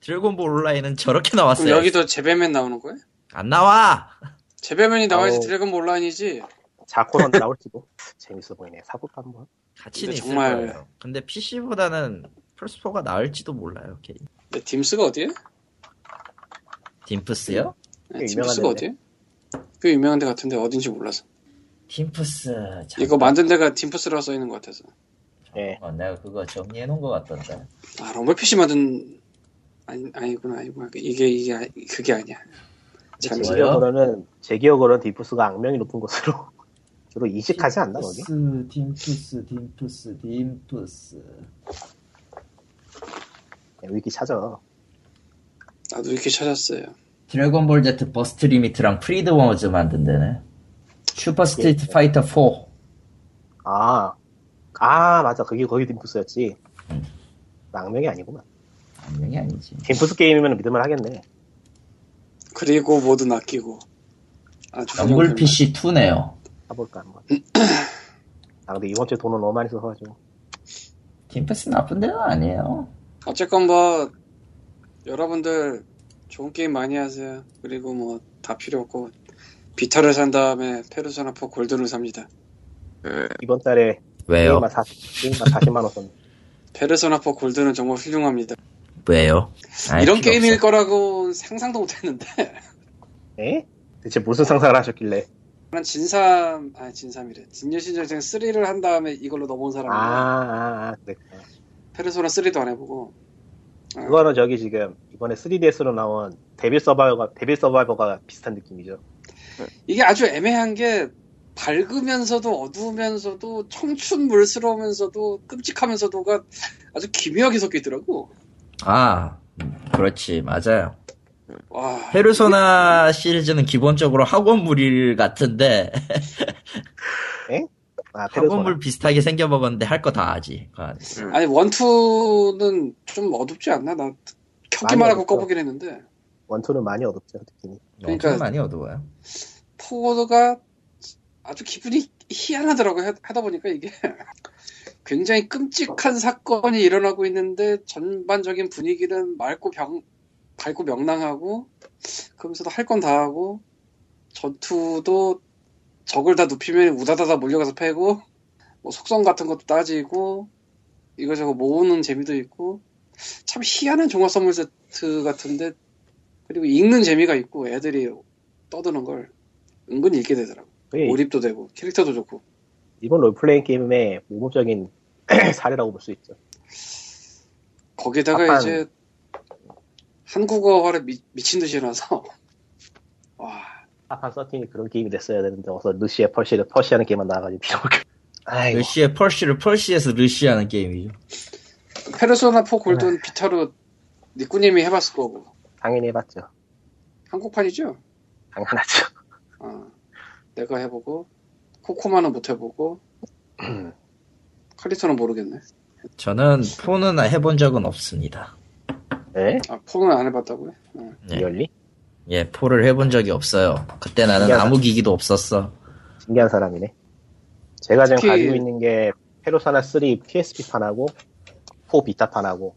S2: 드래곤볼 온라인은 저렇게
S4: 그럼
S2: 나왔어요.
S4: 여기도 재배맨 나오는 거야?
S2: 안 나와.
S4: 재배맨이 나와야지
S3: 아우.
S4: 드래곤 볼 온라인이지.
S3: 자코런 나올지도. [laughs] 재밌어 보이네. 사볼까 한번.
S2: 가치는
S4: 근데
S2: 있을
S4: 정말-
S2: 거예요. 근데 PC보다는 플스4가 나을지도 몰라요. 게
S4: 근데 네, 딤스가 어디에?
S2: 딤프스요?
S3: 꽤
S4: 네,
S3: 유명한
S4: 딤스가
S3: 데인데.
S4: 어디에? 꽤 유명한 데 같은데 어딘지 몰라서.
S2: 딤프스. 참.
S4: 이거 만든 데가 딤프스라고 써 있는 것 같아서.
S3: 예.
S2: 어, 내가 그거 정리해 놓은 것 같던데.
S4: 아 럼블 PC 만든 아니 아니구나 아니구나 이게 이게 아니- 그게 아니야.
S3: 제
S4: 참
S2: 뭐야?
S3: 기억으로는, 제 기억으로는 디프스가 악명이 높은 것으로. [laughs] 주로 이식하지 않나, 거기?
S2: 딤프스, 딤프스, dim프스, 딤프스.
S3: 네, 위키 찾아.
S4: 나도 이렇게 찾았어요.
S2: 드래곤볼 Z 버스트 리미트랑 프리드 워즈 만든다네. 슈퍼
S3: 예.
S2: 스트리트 파이터 4.
S3: 아. 아, 맞아. 그게 거기 딤프스였지.
S2: 음.
S3: 악명이 아니구만.
S2: 분명히 아니지.
S3: 딤프스 게임이면 믿을만 하겠네.
S4: 그리고 모두 낚이고. 아주
S2: 럼블 PC 2네요.
S3: 사볼까
S2: [clears throat]
S3: 한번. 아 근데 이번 주에 돈을 너무 많이 써가지고
S2: 딤프스 나쁜 데는 아니에요.
S4: 어쨌건 뭐 여러분들 좋은 게임 많이 하세요. 그리고 뭐 다 필요 없고 비타를 산 다음에 페르소나 4 골든을 삽니다.
S1: 음,
S3: 이번 달에
S2: 왜요?
S3: 게임만 40, 게임만 40만 원 썼네.
S4: 페르소나 4 골든은 정말 훌륭합니다.
S2: 왜요? 아이,
S4: 이런
S2: 필요
S4: 게임일
S2: 없어.
S4: 거라고 상상도 못했는데. [laughs]
S3: 에? 대체 무슨 상상을 하셨길래?
S4: 난 진삼 아 진삼이래. 진여신 전쟁 3를 한 다음에 이걸로 넘어온
S3: 아,
S4: 사람이야.
S3: 아, 아 그래.
S4: 페르소나 3도 안 해보고
S3: 그거는 저기 지금 이번에 3DS로 나온 데빌 서바이버가 데빌 서바이버가 비슷한 느낌이죠.
S4: 이게 아주 애매한 게 밝으면서도 어두우면서도 청춘물스러우면서도 끔찍하면서도가 아주 기묘하게 섞여 있더라고
S2: 아, 그렇지, 맞아요.
S4: 와
S2: 페르소나 시리즈는 기본적으로 학원물일 같은데,
S3: 아, 페르소나.
S2: 학원물 비슷하게 생겨먹었는데 할 거 다 하지. 그 안에.
S4: 아니 원투는 좀 어둡지 않나 나 켜기만
S3: 많이
S4: 하고
S3: 어둡죠.
S4: 꺼보긴 했는데
S3: 원투는 많이 어둡죠, 느낌이.
S4: 그러니까-
S2: 엄청 많이 어두워요.
S4: 포워드가 아주 기분이 희한하더라고 하- 하다 보니까 이게 [laughs] 굉장히 끔찍한 사건이 일어나고 있는데 전반적인 분위기는 맑고 병, 밝고 명랑하고 그러면서도 할 건 다 하고 전투도 적을 다 눕히면 우다다다 몰려가서 패고 뭐 속성 같은 것도 따지고 이거저거 모으는 재미도 있고 참 희한한 종합 선물 세트 같은데 그리고 읽는 재미가 있고 애들이 떠드는 걸 은근히 읽게 되더라고.
S3: 그게
S4: 몰입도 되고 캐릭터도 좋고.
S3: 일본 롤플레잉 게임의 모범적인 [clears throat] 사례라고 볼 수 있죠.
S4: 거기다가
S3: 약간-
S4: 이제 한국어화를 미, 친 듯이 해놔서 [laughs] 와
S3: 아판 서팅이 그런 게임이 됐어야 되는데 어서 루시의 펄시를 펄시하는 게임만 나와가지고 빌어먹. [laughs] 아이고.
S2: 르시의 펄시를 펄시에서 르시하는 게임이죠.
S4: 페르소나 4 골든 비타로 니꾸님이 해봤을 거고
S3: 당연히 해봤죠.
S4: 한국판이죠.
S3: 당연하죠. [laughs]
S4: 어. 내가 해보고 코코마는 못 해보고 카리토는 모르겠네.
S2: 저는 폰은 해본 적은 없습니다.
S3: 예?
S4: 아 폰은 안 해봤다고요? 어.
S2: 예.
S3: 리얼리?
S2: 예, 폴을 해본 적이 없어요. 그때 나는
S3: 신기하다.
S2: 아무 기기도 없었어.
S3: 신기한 사람이네. 제가 지금
S4: 특히-
S3: 가지고 있는 게 페르소나 3 PSP판하고 4 비타판하고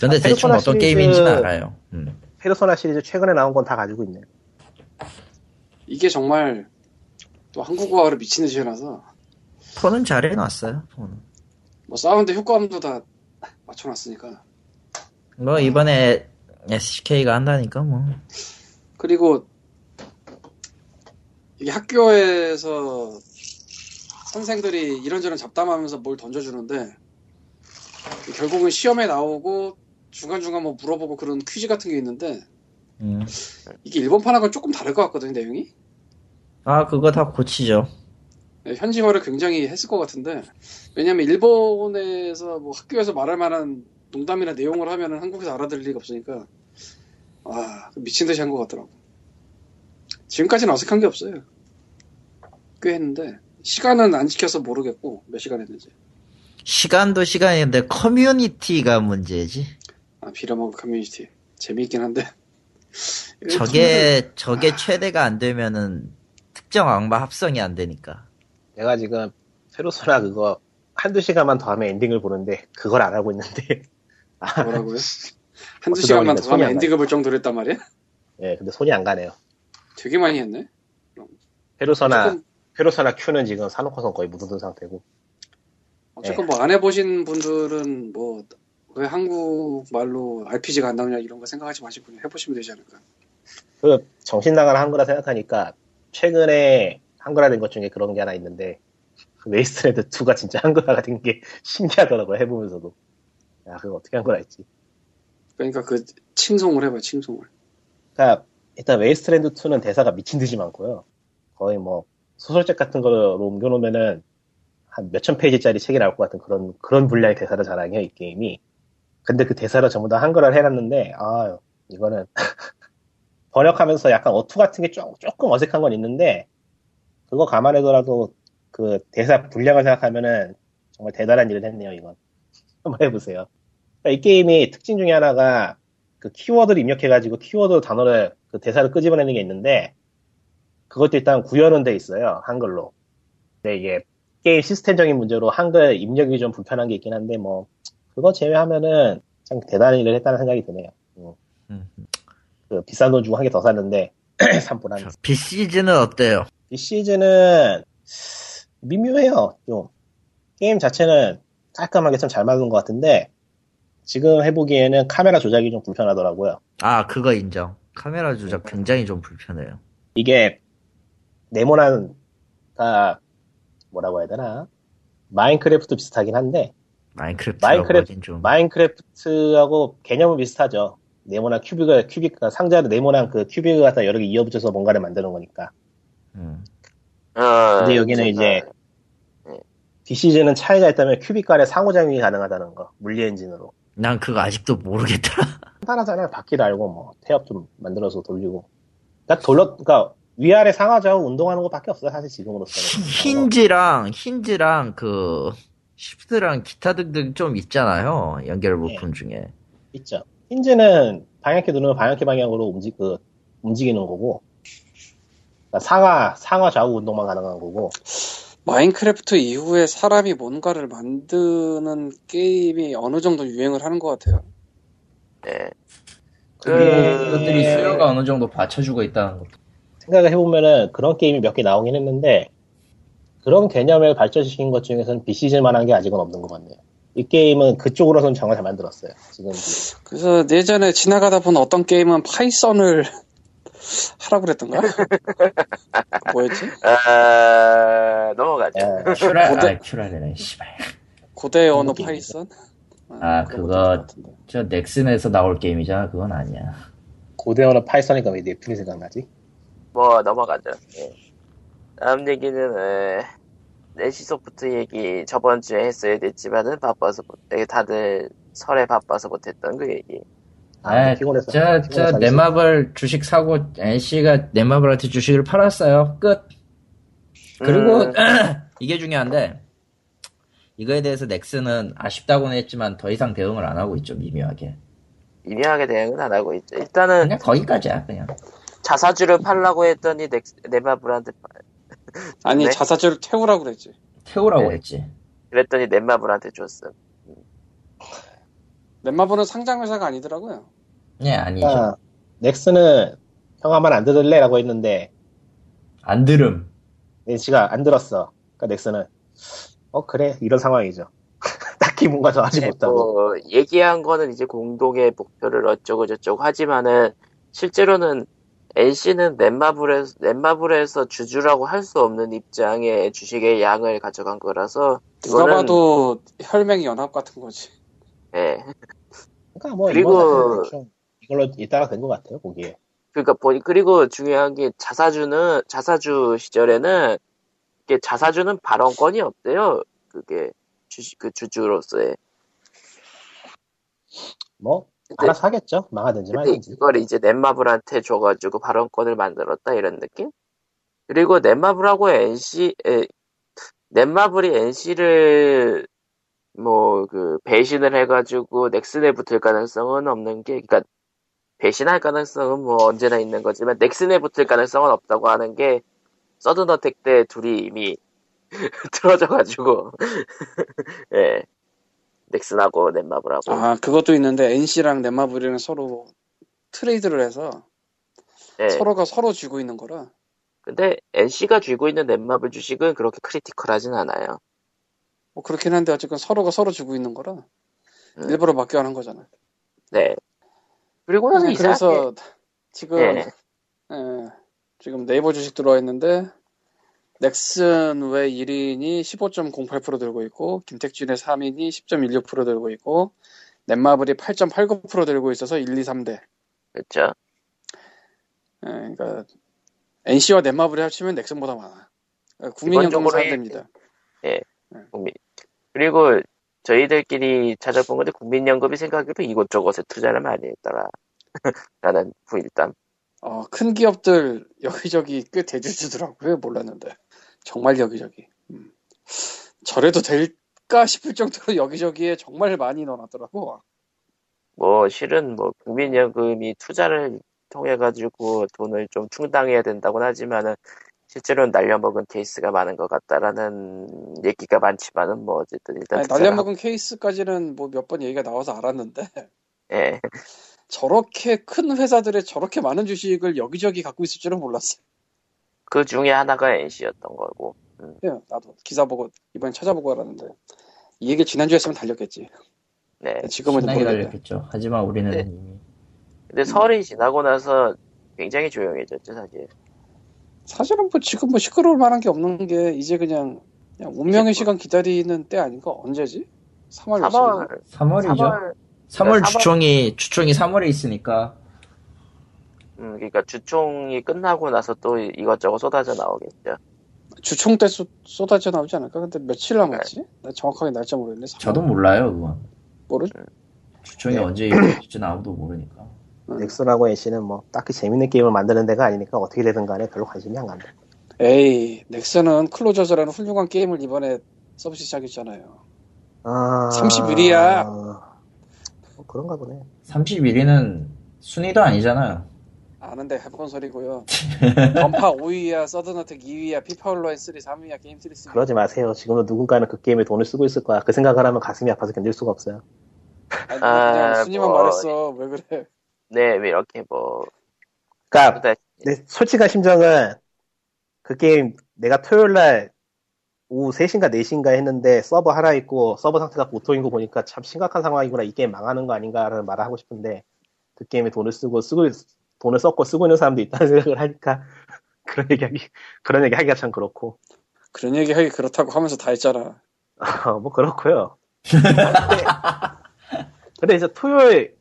S2: 근데
S3: 아,
S2: 대충
S3: 페르소나
S2: 어떤
S3: 시리즈-
S2: 게임인지는 알아요. 음.
S3: 페르소나 시리즈 최근에 나온 건 다 가지고 있네요.
S4: 이게 정말 또 한국어화를 미친 듯이 해놔서
S2: 폰은 잘 해놨어요. 폰은.
S4: 뭐 사운드 효과음도 다 맞춰놨으니까
S2: 뭐 이번에 SK가 한다니까 뭐.
S4: 그리고 이게 학교에서 선생들이 이런저런 잡담하면서 뭘 던져주는데 결국은 시험에 나오고 중간중간 뭐 물어보고 그런 퀴즈 같은 게 있는데
S2: 음.
S4: 이게 일본판하고는 조금 다를 것 같거든요 내용이
S2: 아 그거 다 고치죠.
S4: 네, 현지화를 굉장히 했을 것 같은데 왜냐면 일본에서 뭐 학교에서 말할 만한 농담이나 내용을 하면은 한국에서 알아들을 리가 없으니까 아 미친 듯이 한 것 같더라고 지금까지는 어색한 게 없어요 꽤 했는데 시간은 안 지켜서 모르겠고 몇 시간 했는지
S2: 시간도 시간인데 커뮤니티가 문제지.
S4: 아 빌어먹을 커뮤니티 재미있긴 한데 [laughs]
S2: 저게 저게 최대가 안 되면은 특정 악마 합성이 안 되니까.
S3: 내가 지금 페르소나 그거 한두 시간만 더 하면 엔딩을 보는데 그걸 안 하고 있는데 [laughs]
S4: 뭐라고요? 한두
S3: 어쩌다
S4: 시간만
S3: 보니까
S4: 더 하면
S3: 손이 안
S4: 엔딩을 볼 정도로 했단 말이야?
S3: 예 근데 손이 안 가네요
S4: 되게 많이 했네
S3: 페르소나
S4: 조금-
S3: 페르소나 Q는 지금 사놓고선 거의 묻은 상태고
S4: 어쨌건 뭐 안 해보신 분들은 뭐 왜 한국말로 RPG가 안 나오냐 이런 거 생각하지 마시고 그냥 해보시면 되지 않을까
S3: 그 정신 나간 한글화 생각하니까 최근에 한글화 된 것 중에 그런 게 하나 있는데 그 웨이스트랜드 [laughs] 2가 진짜 한글화가 된 게 [laughs] 신기하더라고요 해보면서도 야 그거 어떻게 한글화 했지
S4: 그러니까 그 칭송을 해봐요 칭송을
S3: 그러니까 일단 웨이스트랜드 2는 대사가 미친 듯이 많고요 거의 뭐 소설책 같은 걸로 옮겨놓으면은 한 몇천 페이지짜리 책이 나올 것 같은 그런 그런 분량의 대사를 자랑해요 이 게임이 근데 그 대사를 전부 다 한글화를 해놨는데 아 이거는 [laughs] 번역하면서 약간 어투 같은 게 조, 조금 어색한 건 있는데 그거 감안해더라도 그 대사 분량을 생각하면은 정말 대단한 일을 했네요 이건 [laughs] 한번 해보세요 그러니까 이 게임이 특징 중에 하나가 그 키워드를 입력해가지고 키워드 단어를 그 대사를 끄집어내는 게 있는데 그것도 일단 구현은 돼 있어요 한글로 근데 이게 게임 시스템적인 문제로 한글 입력이 좀 불편한 게 있긴 한데 뭐 그거 제외하면은 참 대단한 일을 했다는 생각이 드네요 음.
S2: 음.
S3: 그 비싼 돈 주고 한 개 더 샀는데 [clears throat] 3분 안.
S2: BCG는 어때요?
S3: 이 시즌은 미묘해요. 좀 게임 자체는 깔끔하게 참 잘 만든 것 같은데 지금 해보기에는 카메라 조작이 좀 불편하더라고요.
S2: 아 그거 인정. 카메라 조작 굉장히 좀 불편해요.
S3: 이게 네모난 아, 뭐라고 해야 되나 마인크래프트 비슷하긴 한데
S2: 마인크래프트라고
S3: 마인크래프트-
S2: 하긴 좀.
S3: 마인크래프트하고 개념은 비슷하죠. 네모난 큐빅을 큐빅 상자를 네모난 그 큐빅을 갖다 여러 개 이어붙여서 뭔가를 만드는 거니까.
S2: 음.
S1: 어,
S3: 근데 여기는 이제 DCG는 차이가 있다면 큐빅 간의 상호작용이 가능하다는 거 물리 엔진으로
S2: 난 그거 아직도
S3: [laughs]
S2: 모르겠더라.
S3: 간단하잖아요 바퀴를 알고 뭐 태엽 좀 만들어서 돌리고 그러니까 돌러 그러니까 위아래 상하좌우 운동하는 것밖에 없어요 사실 지금으로서는
S2: 힌지랑 힌지랑 그 시프트랑 기타 등등 좀 있잖아요. 연결 부품 중에.
S3: 있죠 힌지는 방향키 누르면 방향키 방향으로 움직 그 움직이는 거고 그러니까 상하 상하 좌우 운동만 가능한 거고
S4: 마인크래프트 이후에 사람이 뭔가를 만드는 게임이 어느 정도 유행을 하는 것 같아요
S1: 예.
S3: 그게-
S1: 그것들이 수요가
S2: 어느 정도 받쳐주고 있다는 것.
S3: 생각을 해보면은 그런 게임이 몇 개 나오긴 했는데 그런 개념을 발전시킨 것 중에서는 BCG만한 게 아직은 없는 것 같네요. 이 게임은 그쪽으로선 정말 잘 만들었어요. 지금
S4: 그래서 예전에 지나가다 본 어떤 게임은 파이썬을 [laughs]
S2: [laughs]
S4: 하라고 그랬던가? 뭐였지?
S1: 아, 넘어가죠.
S3: 예,
S2: 큐랄,
S4: 모델-
S2: 아, 큐랄이네, 씨발.
S4: 고대 언어 파이썬?
S2: 아,
S4: 그런
S2: 그거-
S4: 것도 있는 것 같은데.
S2: 저 넥슨에서 나올 게임이잖아, 그건 아니야.
S3: 고대어나 파이썬이니까 왜 넷플이 생각나지?
S1: 뭐 넘어가죠. 예. 다음 얘기는 에, 내시소프트 얘기 저번 주에 했어야 됐지만은 바빠서 못, 에, 다들 설에 바빠서 못했던 그 얘기.
S3: 아, 피곤해서.
S2: 저,
S3: 피곤해서
S2: 저,
S3: 하겠어.
S2: 네마블 주식 사고, NC가 네마블한테 주식을 팔았어요. 끝. 그리고,
S1: 음.
S2: [clears throat] 이게 중요한데, 이거에 대해서 넥슨은 아쉽다고는 했지만 더 이상 대응을 안 하고 있죠, 미묘하게.
S1: 미묘하게 대응은 안 하고 있죠. 일단은
S2: 그냥 거기까지야, 그냥.
S1: 자사주를 팔라고 했더니 넥, 넷마블한테 팔-
S4: 아니
S1: 네?
S4: 자사주를 태우라고 그랬지
S2: 태우라고
S1: 네.
S2: 했지.
S1: 그랬더니 넷마블한테 줬음.
S4: 넷마블은 상장회사가 아니더라고요.
S2: 네, 아니죠.
S3: 그러니까 넥슨은 형아 말안 들을래? 라고 했는데
S2: 안 들음.
S3: 넷씨가 안 들었어. 그러니까 넥슨은 어 그래 이런 상황이죠. [laughs] 딱히 딱히 뭔가 더 하지
S1: 네,
S3: 못하고.
S1: 뭐, 얘기한 거는 이제 공동의 목표를 어쩌고 저쩌고 하지만은 실제로는 NC는 넷마블에서 넷마블에서 주주라고 할 수 없는 입장의 주식의 양을 가져간 거라서
S4: 누가
S1: 이거는-
S4: 봐도 혈맹 연합 같은 거지.
S1: 예
S3: 그러니까 뭐
S1: 그리고-
S3: 이번 사태는 대충 이걸로 이따가 된 것 같아요 거기에.
S1: 그러니까 보니 그리고 중요한 게 자사주는 자사주 시절에는 이게 자사주는 발언권이 없대요 그게 주식 그 주주로서의
S3: 뭐 알아서 하겠죠. 망하든지
S1: 근데
S3: 말든지.
S1: 그걸 이제 넷마블한테 줘가지고 발언권을 만들었다 이런 느낌? 그리고 넷마블하고 NC, 에, 넷마블이 NC를 뭐 그 배신을 해가지고 넥슨에 붙을 가능성은 없는 게, 그러니까 배신할 가능성은 뭐 언제나 있는 거지만 넥슨에 붙을 가능성은 없다고 하는 게 서든어택 때 둘이 이미 [laughs] 틀어져가지고 [laughs] 예 넥슨하고 넷마블하고
S4: 아 그것도 있는데 NC랑 넷마블이랑 서로 트레이드를 해서
S1: 예.
S4: 서로가 서로 쥐고 있는 거라.
S1: 근데 NC가 쥐고 있는 넷마블 주식은 그렇게 크리티컬하진 않아요.
S4: 뭐 그렇긴 한데 어쨌건 서로가 서로 주고 있는 거라
S1: 음.
S4: 일부러 맡겨하는 거잖아.
S1: 네. 그리고 나서 이상하게
S4: 그래서 지금
S1: 예.
S4: 예, 지금 네이버 주식 들어와 있는데 넥슨 외 1인이 15.08% 들고 있고 김택진의 3인이 10.16% 들고 있고 넷마블이 8.89% 들고 있어서 1, 2, 3대.
S1: 그렇죠.
S4: 그러니까 NC와 넷마블이 합치면 넥슨보다 많아. 그러니까 국민연금은
S1: 기본적으로
S4: 3대입니다.
S1: 그리고 저희들끼리 찾아본 건데 국민연금이 생각해도 이곳저곳에 투자를 많이 했더라. [laughs] 라는 부일담.
S4: 어, 큰 기업들 여기저기 꽤 대주주더라고요. 몰랐는데. 정말 여기저기. 음. 저래도 될까 싶을 정도로 여기저기에 정말 많이 넣어놨더라고.
S1: 뭐 실은 뭐 국민연금이 투자를 통해 가지고 돈을 좀 충당해야 된다고는 하지만은 실제로는 날려먹은 케이스가 많은 것 같다라는 얘기가 많지만은 뭐 어쨌든 일단
S4: 아니,
S1: 투자를
S4: 날려먹은 케이스까지는 뭐 몇 번 얘기가 나와서 알았는데
S1: 하고- 예.
S4: 저렇게 큰 회사들의 저렇게 많은 주식을 여기저기 갖고 있을 줄은 몰랐어요.
S1: 그 중에 하나가 NC였던 거고.
S4: 나도 기사 보고 이번에 찾아보고 알았는데 이 얘기 지난주에 했으면 달렸겠지.
S1: 네.
S4: 지금은
S2: 신나게
S4: 모르겠네.
S2: 달렸겠죠. 하지만 우리는
S1: 네.
S2: 이미
S1: 근데 설이 지나고 나서 굉장히 조용해졌죠, 사실.
S4: 사실은 뭐 지금 뭐 시끄러울 만한 게 없는 게 이제 그냥, 그냥 운명의
S1: 이제 뭐
S4: 시간 기다리는 때 아닌가? 언제지? 3월 몇 일이나?
S1: 3월,
S2: 3월이죠.
S1: 3월,
S2: 3월,
S1: 네,
S2: 주총이 주총이 3월에 있으니까
S1: 음, 그러니까 주총이 끝나고 나서 또 이것저것 쏟아져 나오겠죠.
S4: 주총 때 쏟- 쏟아져 나오지 않을까? 근데 며칠
S1: 네.
S4: 남았지? 나 정확하게 날짜 모르겠네. 삼월?
S2: 저도 몰라요 그건.
S4: 모르.
S2: 주총이
S1: 네.
S2: 언제 일어날지는 아무도 모르니까.
S3: 음. 넥슨하고 NC는 뭐 딱히 재밌는 게임을 만드는 데가 아니니까 어떻게 되든 간에 별로 관심이 안 간다.
S4: 에이, 넥슨은 클로저즈라는 훌륭한 게임을 이번에 서비스 시작했잖아요.
S3: 아...
S4: 31위 야.
S3: 뭐 그런가 보네.
S2: 31위는 순위도 아니잖아요.
S4: 아는데
S2: [laughs]
S4: 해본 소리고요. 전파 5위야, 서든어택 2위야, 피파 온라인 3, 3위야, 게임 트리스.
S3: 그러지 마세요. 지금도 누군가는 그 게임에 돈을 쓰고 있을 거야. 그 생각을 하면 가슴이 아파서 견딜 수가 없어요.
S4: 아니, 그냥
S1: 아,
S4: 순위만
S1: 뭐.
S4: 말했어. 왜 그래?
S1: 네, 왜 이렇게 뭐,
S3: 그러니까
S1: 근데
S3: 내 솔직한 심정은 그 게임 내가 토요일 날 오후 3시인가 4시인가 했는데 서버 하나 있고 서버 상태가 보통인 거 보니까 참 심각한 상황이구나 이 게임 망하는 거 아닌가라는 말을 하고 싶은데 그 게임에 돈을 쓰고 쓰고 돈을 썼고 쓰고 있는 사람도 있다는 [laughs] 생각을 하니까 그런 얘기하기 그런 얘기하기가 참 그렇고
S4: 그런 얘기 하기 그렇다고 하면서 다 했잖아.
S3: [laughs] 뭐 그렇고요. 근데, 근데 이제 토요일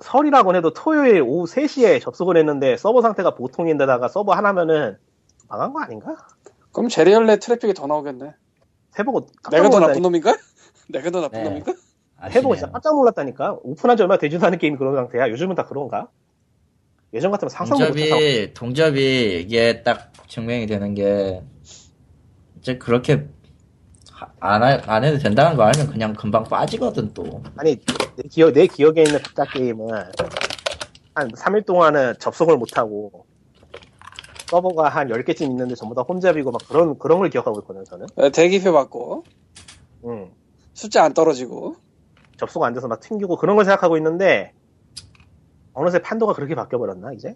S3: 설이라고 해도 토요일 오후 3시에 접속을 했는데 서버 상태가 보통인데다가 서버 하나면은 망한 거 아닌가?
S4: 그럼 제리얼레 트래픽이 더 나오겠네.
S3: 해보고 깜짝
S4: 내가 더
S3: 놀랐다니까.
S4: 나쁜 놈인가? [laughs] 내가 더 나쁜
S2: 네.
S4: 놈인가?
S3: 해보고 진짜
S2: 아시네요.
S3: 깜짝 놀랐다니까. 오픈한 지 얼마 되지도 않은 게임이 그런 상태야. 요즘은 다 그런가? 예전 같으면 상상 못 했다고.
S2: 동접이 동접이 이게 딱 증명이 되는 게 이제 그렇게 하- 안, 하- 안 해도 된다는 거 알면 그냥 금방 빠지거든 또.
S3: 아니, 내 기억, 내 기억에 있는 각자 게임은 한 3일 동안은 접속을 못하고 서버가 한 10개쯤 있는데 전부 다 혼잡이고 막 그런, 그런 걸 기억하고 있거든요, 저는.
S4: 어, 대기표 받고
S3: 음.
S4: 숫자 안 떨어지고
S3: 접속 안 돼서 막 튕기고 그런 걸 생각하고 있는데 어느새 판도가 그렇게 바뀌어버렸나, 이제?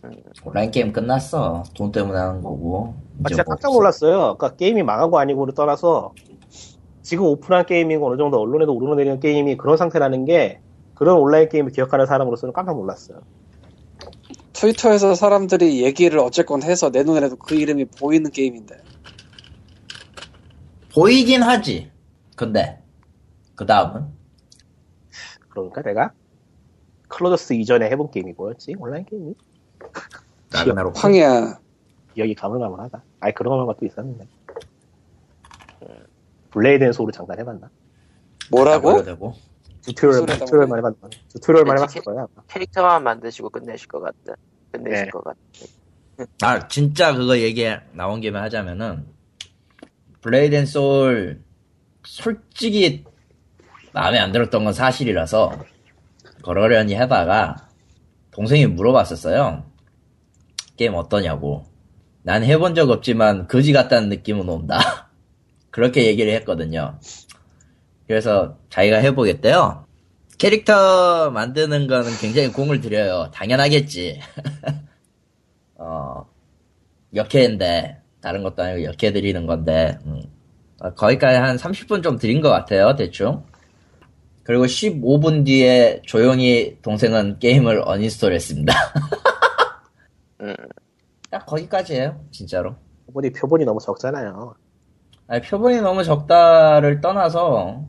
S3: 아,
S2: 온라인 게임 끝났어. 돈 때문에 하는 거고.
S3: 아,
S2: 이제
S3: 진짜
S2: 뭐
S3: 깜짝 놀랐어요. 그러니까 게임이 망하고 아니고를 떠나서 지금 오픈한 게임이고 어느 정도 언론에도 오르내리는 게임이 그런 상태라는 게 그런 온라인 게임을 기억하는 사람으로서는 깜짝 놀랐어요.
S4: 트위터에서 사람들이 얘기를 어쨌건 해서 내 눈에라도 그 이름이 보이는 게임인데
S2: 보이긴 하지. 근데 그 다음은
S3: 그러니까 내가 클로저스 이전에 해본 게임이 뭐였지? 온라인 게임이?
S2: 나그나로
S4: 황야
S3: 기억이 가물가물하다. 아니 그런 것만 또 있었는데. 블레이드 앤 소울을 잠깐 해봤나?
S4: 뭐라고?
S2: 되고.
S3: 튜토리얼,
S4: 소울에다
S3: 튜토리얼만 해봤나? 튜토리얼만
S1: 네,
S3: 해봤을 거야. 아마.
S1: 캐릭터만 만드시고 끝내실 것 같다. 끝내실
S3: 네.
S1: 것 같다.
S2: 아 진짜 그거 얘기 나온 김에 하자면은 블레이드 앤 소울 솔직히 마음에 안 들었던 건 사실이라서 그러려니 해다가 동생이 물어봤었어요 게임 어떠냐고 난 해본 적 없지만 거지 같다는 느낌은 온다 [laughs] 그렇게 얘기를 했거든요 그래서 자기가 해보겠대요 캐릭터 만드는 거는 굉장히 공을 들여요 당연하겠지 [laughs] 어, 역해인데, 다른 것도 아니고 역해 드리는 건데, 음. 어, 거기까지 한 30분 좀 드린 것 같아요, 대충. 그리고 15분 뒤에 조용히 동생은 게임을 어인스톨 했습니다.
S1: 음.
S2: 딱 거기까지예요, 진짜로.
S3: 표본이, 표본이 너무 적잖아요.
S2: 아니, 표본이 너무 적다를 떠나서,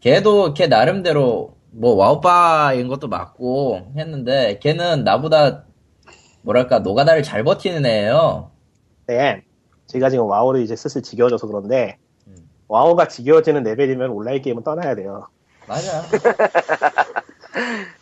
S2: 걔도 걔 나름대로, 뭐, 와우바인 것도 맞고 했는데, 걔는 나보다, 뭐랄까, 노가다를 잘 버티는 애예요.
S3: 네. 제가 지금 와우를 이제 슬슬 지겨워져서 그런데
S2: 음.
S3: 와우가 지겨워지는 레벨이면 온라인 게임은 떠나야 돼요.
S2: 맞아.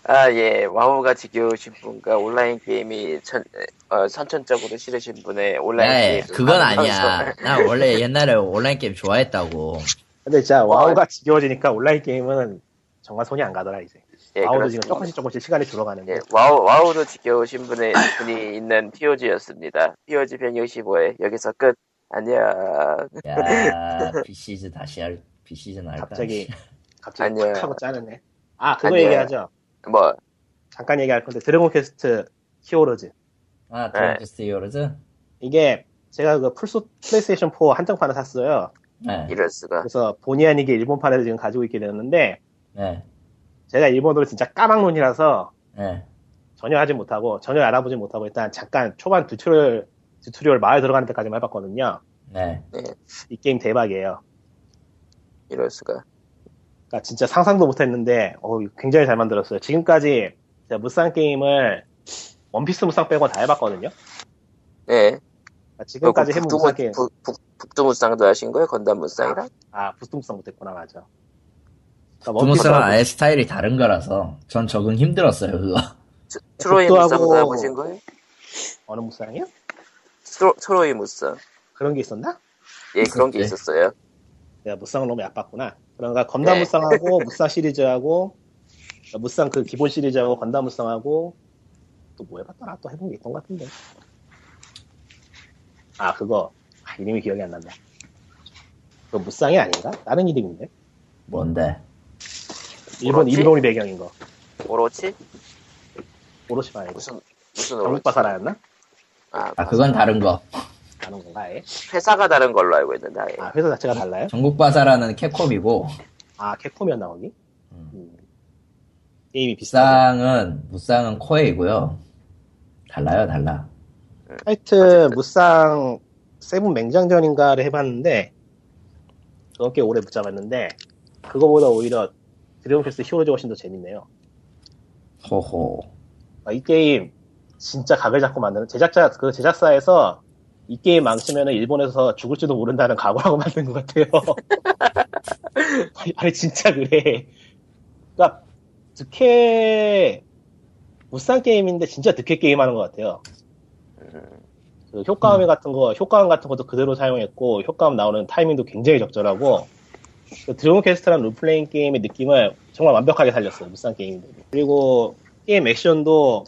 S1: 아, 예. 와우가 지겨우신 분과 온라인 게임이 천, 어, 선천적으로 싫으신 분의 온라인
S2: 야,
S1: 게임.
S2: 네, 예, 그건 아니야. 나 원래 옛날에 온라인 게임 좋아했다고.
S3: 근데 진짜 와우가 지겨워지니까 온라인 게임은 정말 손이 안 가더라 이제.
S1: 예,
S3: 와우도 지금
S1: 그렇습니다.
S3: 조금씩 조금씩 시간이 줄어가는데
S1: 예, 와우, 와우도 지겨우신 분의, 분이 있는 POG였습니다. POG 165회. 여기서 끝. 안녕.
S3: [laughs]
S2: 야, 비시즈 다시 할, 비시즌 할까?
S3: 갑자기 갑자기
S1: 아니에요.
S3: 탁 하고 짜는데. 아 그거
S1: 아니에요.
S3: 얘기하죠.
S1: 뭐,
S3: 잠깐 얘기할 건데 드래곤 퀘스트 히어로즈 네.
S2: 아, 드래프트 히어로즈?
S3: 이게 제가 그 플스 플레이스테이션 4 한정판을 샀어요.
S2: 네.
S1: 이럴 수가.
S3: 그래서 본의 아니게 일본판에서 지금 가지고 있게 되었는데
S2: 네.
S3: 제가 일본어를 진짜 까막눈이라서
S2: 네.
S3: 전혀 하지 못하고 전혀 알아보지 못하고 일단 잠깐 초반 튜토리얼 튜토리얼 마을 들어가는 데까지만 해봤거든요.
S2: 네.
S3: 이 게임 대박이에요.
S1: 이럴 수가.
S3: 그러니까 진짜 상상도 못했는데 어, 굉장히 잘 만들었어요. 지금까지 제가 무쌍 게임을 원피스 무쌍 빼고 다 해봤거든요.
S1: 예.
S3: 그러니까 지금까지 해본 무쌍 게임
S1: 북, 북, 북두 무쌍도 하신 거예요? 건담 무쌍이랑?
S3: 아 부스 무쌍 못했구나 맞아. 그러니까
S2: 두무스랑
S3: 원피스하고-
S2: 아예 스타일이 다른 거라서 전 적응 힘들었어요, 그거. [laughs]
S1: 트- 트로이
S3: 북두하고-
S1: 무쌍도 해보신 거예요?
S3: 어느 무쌍이요?
S1: 트로, 트로이 무쌍.
S3: 그런 게 있었나?
S1: 예, 그런 게
S2: 있었지.
S1: 있었어요.
S3: 내가 무쌍을 너무 얕봤구나. 그러니까 건담
S1: 네.
S3: 무쌍하고 [laughs] 무쌍 시리즈하고 그러니까 무쌍 그 기본 시리즈하고 건담 무쌍하고 또 뭐 해봤더라? 또 해본 게 있던 것 같은데. 아 그거 아, 이름이 기억이 안 난다. 그거 무쌍이 아닌가? 다른 이름인데?
S2: 뭔데?
S3: 일본
S1: 오로치?
S3: 일본이 배경인 거.
S1: 오로치?
S3: 오로시 말고
S1: 무슨, 무슨 오로치?
S3: 정육바사라였나?
S1: 아,
S2: 아, 그건 다른 거.
S3: 다른 건가 아예?
S1: 회사가 다른 걸로 알고 있는데, 아예.
S3: 아 회사 자체가 달라요?
S1: 음.
S2: 전국바사라는 캡콤이고,
S3: 아 캡콤이었나 거기?
S2: 음.
S3: 음. 게임이
S1: 아,
S3: 비싸.
S2: 무쌍은, 무쌍은 코에이고요. 달라요, 달라.
S3: 하여튼 무쌍 세븐 맹장전인가를 해봤는데 그건 꽤 오래 붙잡았는데 그거보다 오히려 드래곤 퀘스트 히어로즈 훨씬 더 재밌네요.
S2: 호호.
S3: 아, 이 게임 진짜 각을 잡고 만드는 제작자 그 제작사에서 이 게임 망치면은 일본에서 죽을지도 모른다는 각오라고 [laughs] 만든 것 같아요. 아니, 아니, 진짜 그래. 그러니까 득해 무쌍 게임인데 진짜 득해 게임하는 것 같아요. 그 효과음 같은 거 효과음 같은 것도 그대로 사용했고 효과음 나오는 타이밍도 굉장히 적절하고 그 드래곤 퀘스트라는 롤플레잉 게임의 느낌을 정말 완벽하게 살렸어요 무쌍 게임인데 그리고 게임 액션도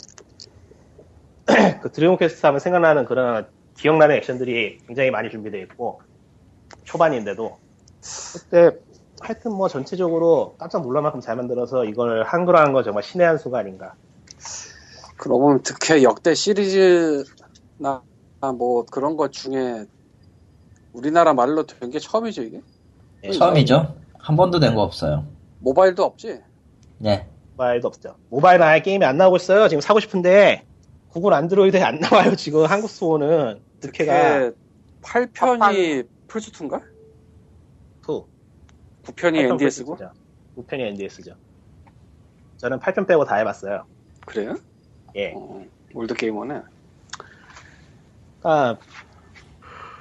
S3: [clears throat] 그 드래곤 퀘스트 하면 생각나는 그런 기억나는 액션들이 굉장히 많이 준비되어 있고 초반인데도 그때 하여튼 뭐 전체적으로 깜짝 놀랄 만큼 잘 만들어서 이걸 한글 하는 거 정말 신의 한 수가 아닌가
S4: 그러고 보면 득해 역대 시리즈나 뭐 그런 것 중에 우리나라 말로 된 게 처음이죠 이게
S3: 예.
S2: 처음이죠. 한 번도 낸 거 없어요.
S4: 모바일도 없지?
S2: 네.
S3: 모바일도 없죠. 모바일은 아예 게임이 안 나오고 있어요. 지금 사고 싶은데 구글 안드로이드에 안 나와요. 지금 한국 수호는 득해가
S4: 그게 8편이 플스2인가?
S3: 2.
S4: 9편이 NDS고?
S3: 9편이 NDS죠. 저는 8편 빼고 다 해봤어요.
S4: 그래요?
S3: 예.
S4: 어, 올드게이머네.
S3: 그러니까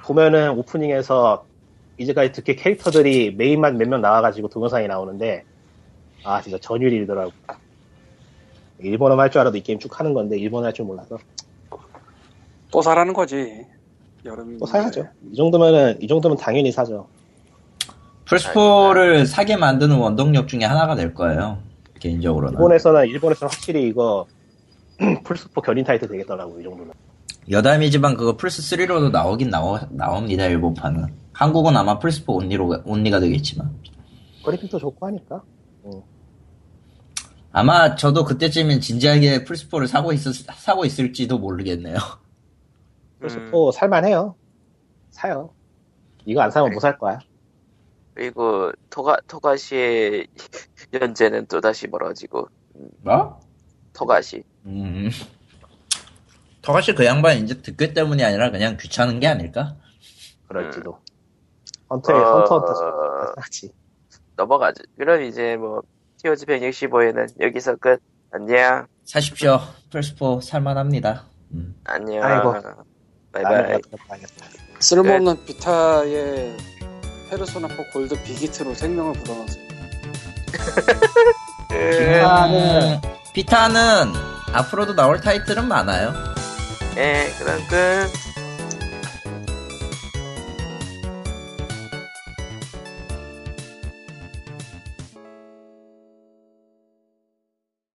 S3: 보면은 오프닝에서 이제까지 득해 캐릭터들이 메인만 몇 명 나와가지고 동영상이 나오는데 아 진짜 전율이더라고. 일본어 할 줄 알아도 이 게임 쭉 하는 건데 일본어 할 줄 몰라서
S4: 또 사라는 거지. 여름.
S3: 또 사야죠. 이 정도면은 이 정도면 당연히 사죠.
S2: 플스4를 사게 만드는 원동력 중에 하나가 될 거예요. 개인적으로는.
S3: 일본에서는 일본에서는 확실히 이거 [clears throat] 풀스포 견인 타이틀 되겠더라고 이 정도면.
S2: 여담이지만 그거 플스3로도 나오긴 나오, 나옵니다, 일본판은. 한국은 아마 플스4 온리로, 온리가 되겠지만.
S3: 그래픽도 좋고 하니까.
S2: 아마 저도 그때쯤엔 진지하게 플스4를 사고, 있었, 사고 있을지도 모르겠네요. [laughs]
S3: 풀스포 살만해요. 사요. 이거 안 사면 못 살 거야.
S1: 그리고 토가 토가시의 [laughs] 연재는 또 다시 멀어지고
S2: 뭐?
S1: 토가시
S2: 음. 더가씨 그 양반 이제 듣기 때문이 아니라 그냥 귀찮은 게 아닐까?
S3: 그럴지도. 헌터에
S1: 어,
S3: 헌터 헌터 같이.
S1: 넘어가죠. 그럼 이제 뭐 티오즈 165에는 여기서 끝. 안녕
S2: 사십시오. 플스4 살만합니다. 음.
S1: 안녕.
S3: 아이고.
S1: 바이바이.
S4: 쓸모없는 비타의 페르소나 4 골드 비기트로 생명을 불어넣었어요.
S1: 네.
S2: 비타는, 비타는 앞으로도 나올 타이틀은 많아요.
S1: 예, 네, 그럼 끝.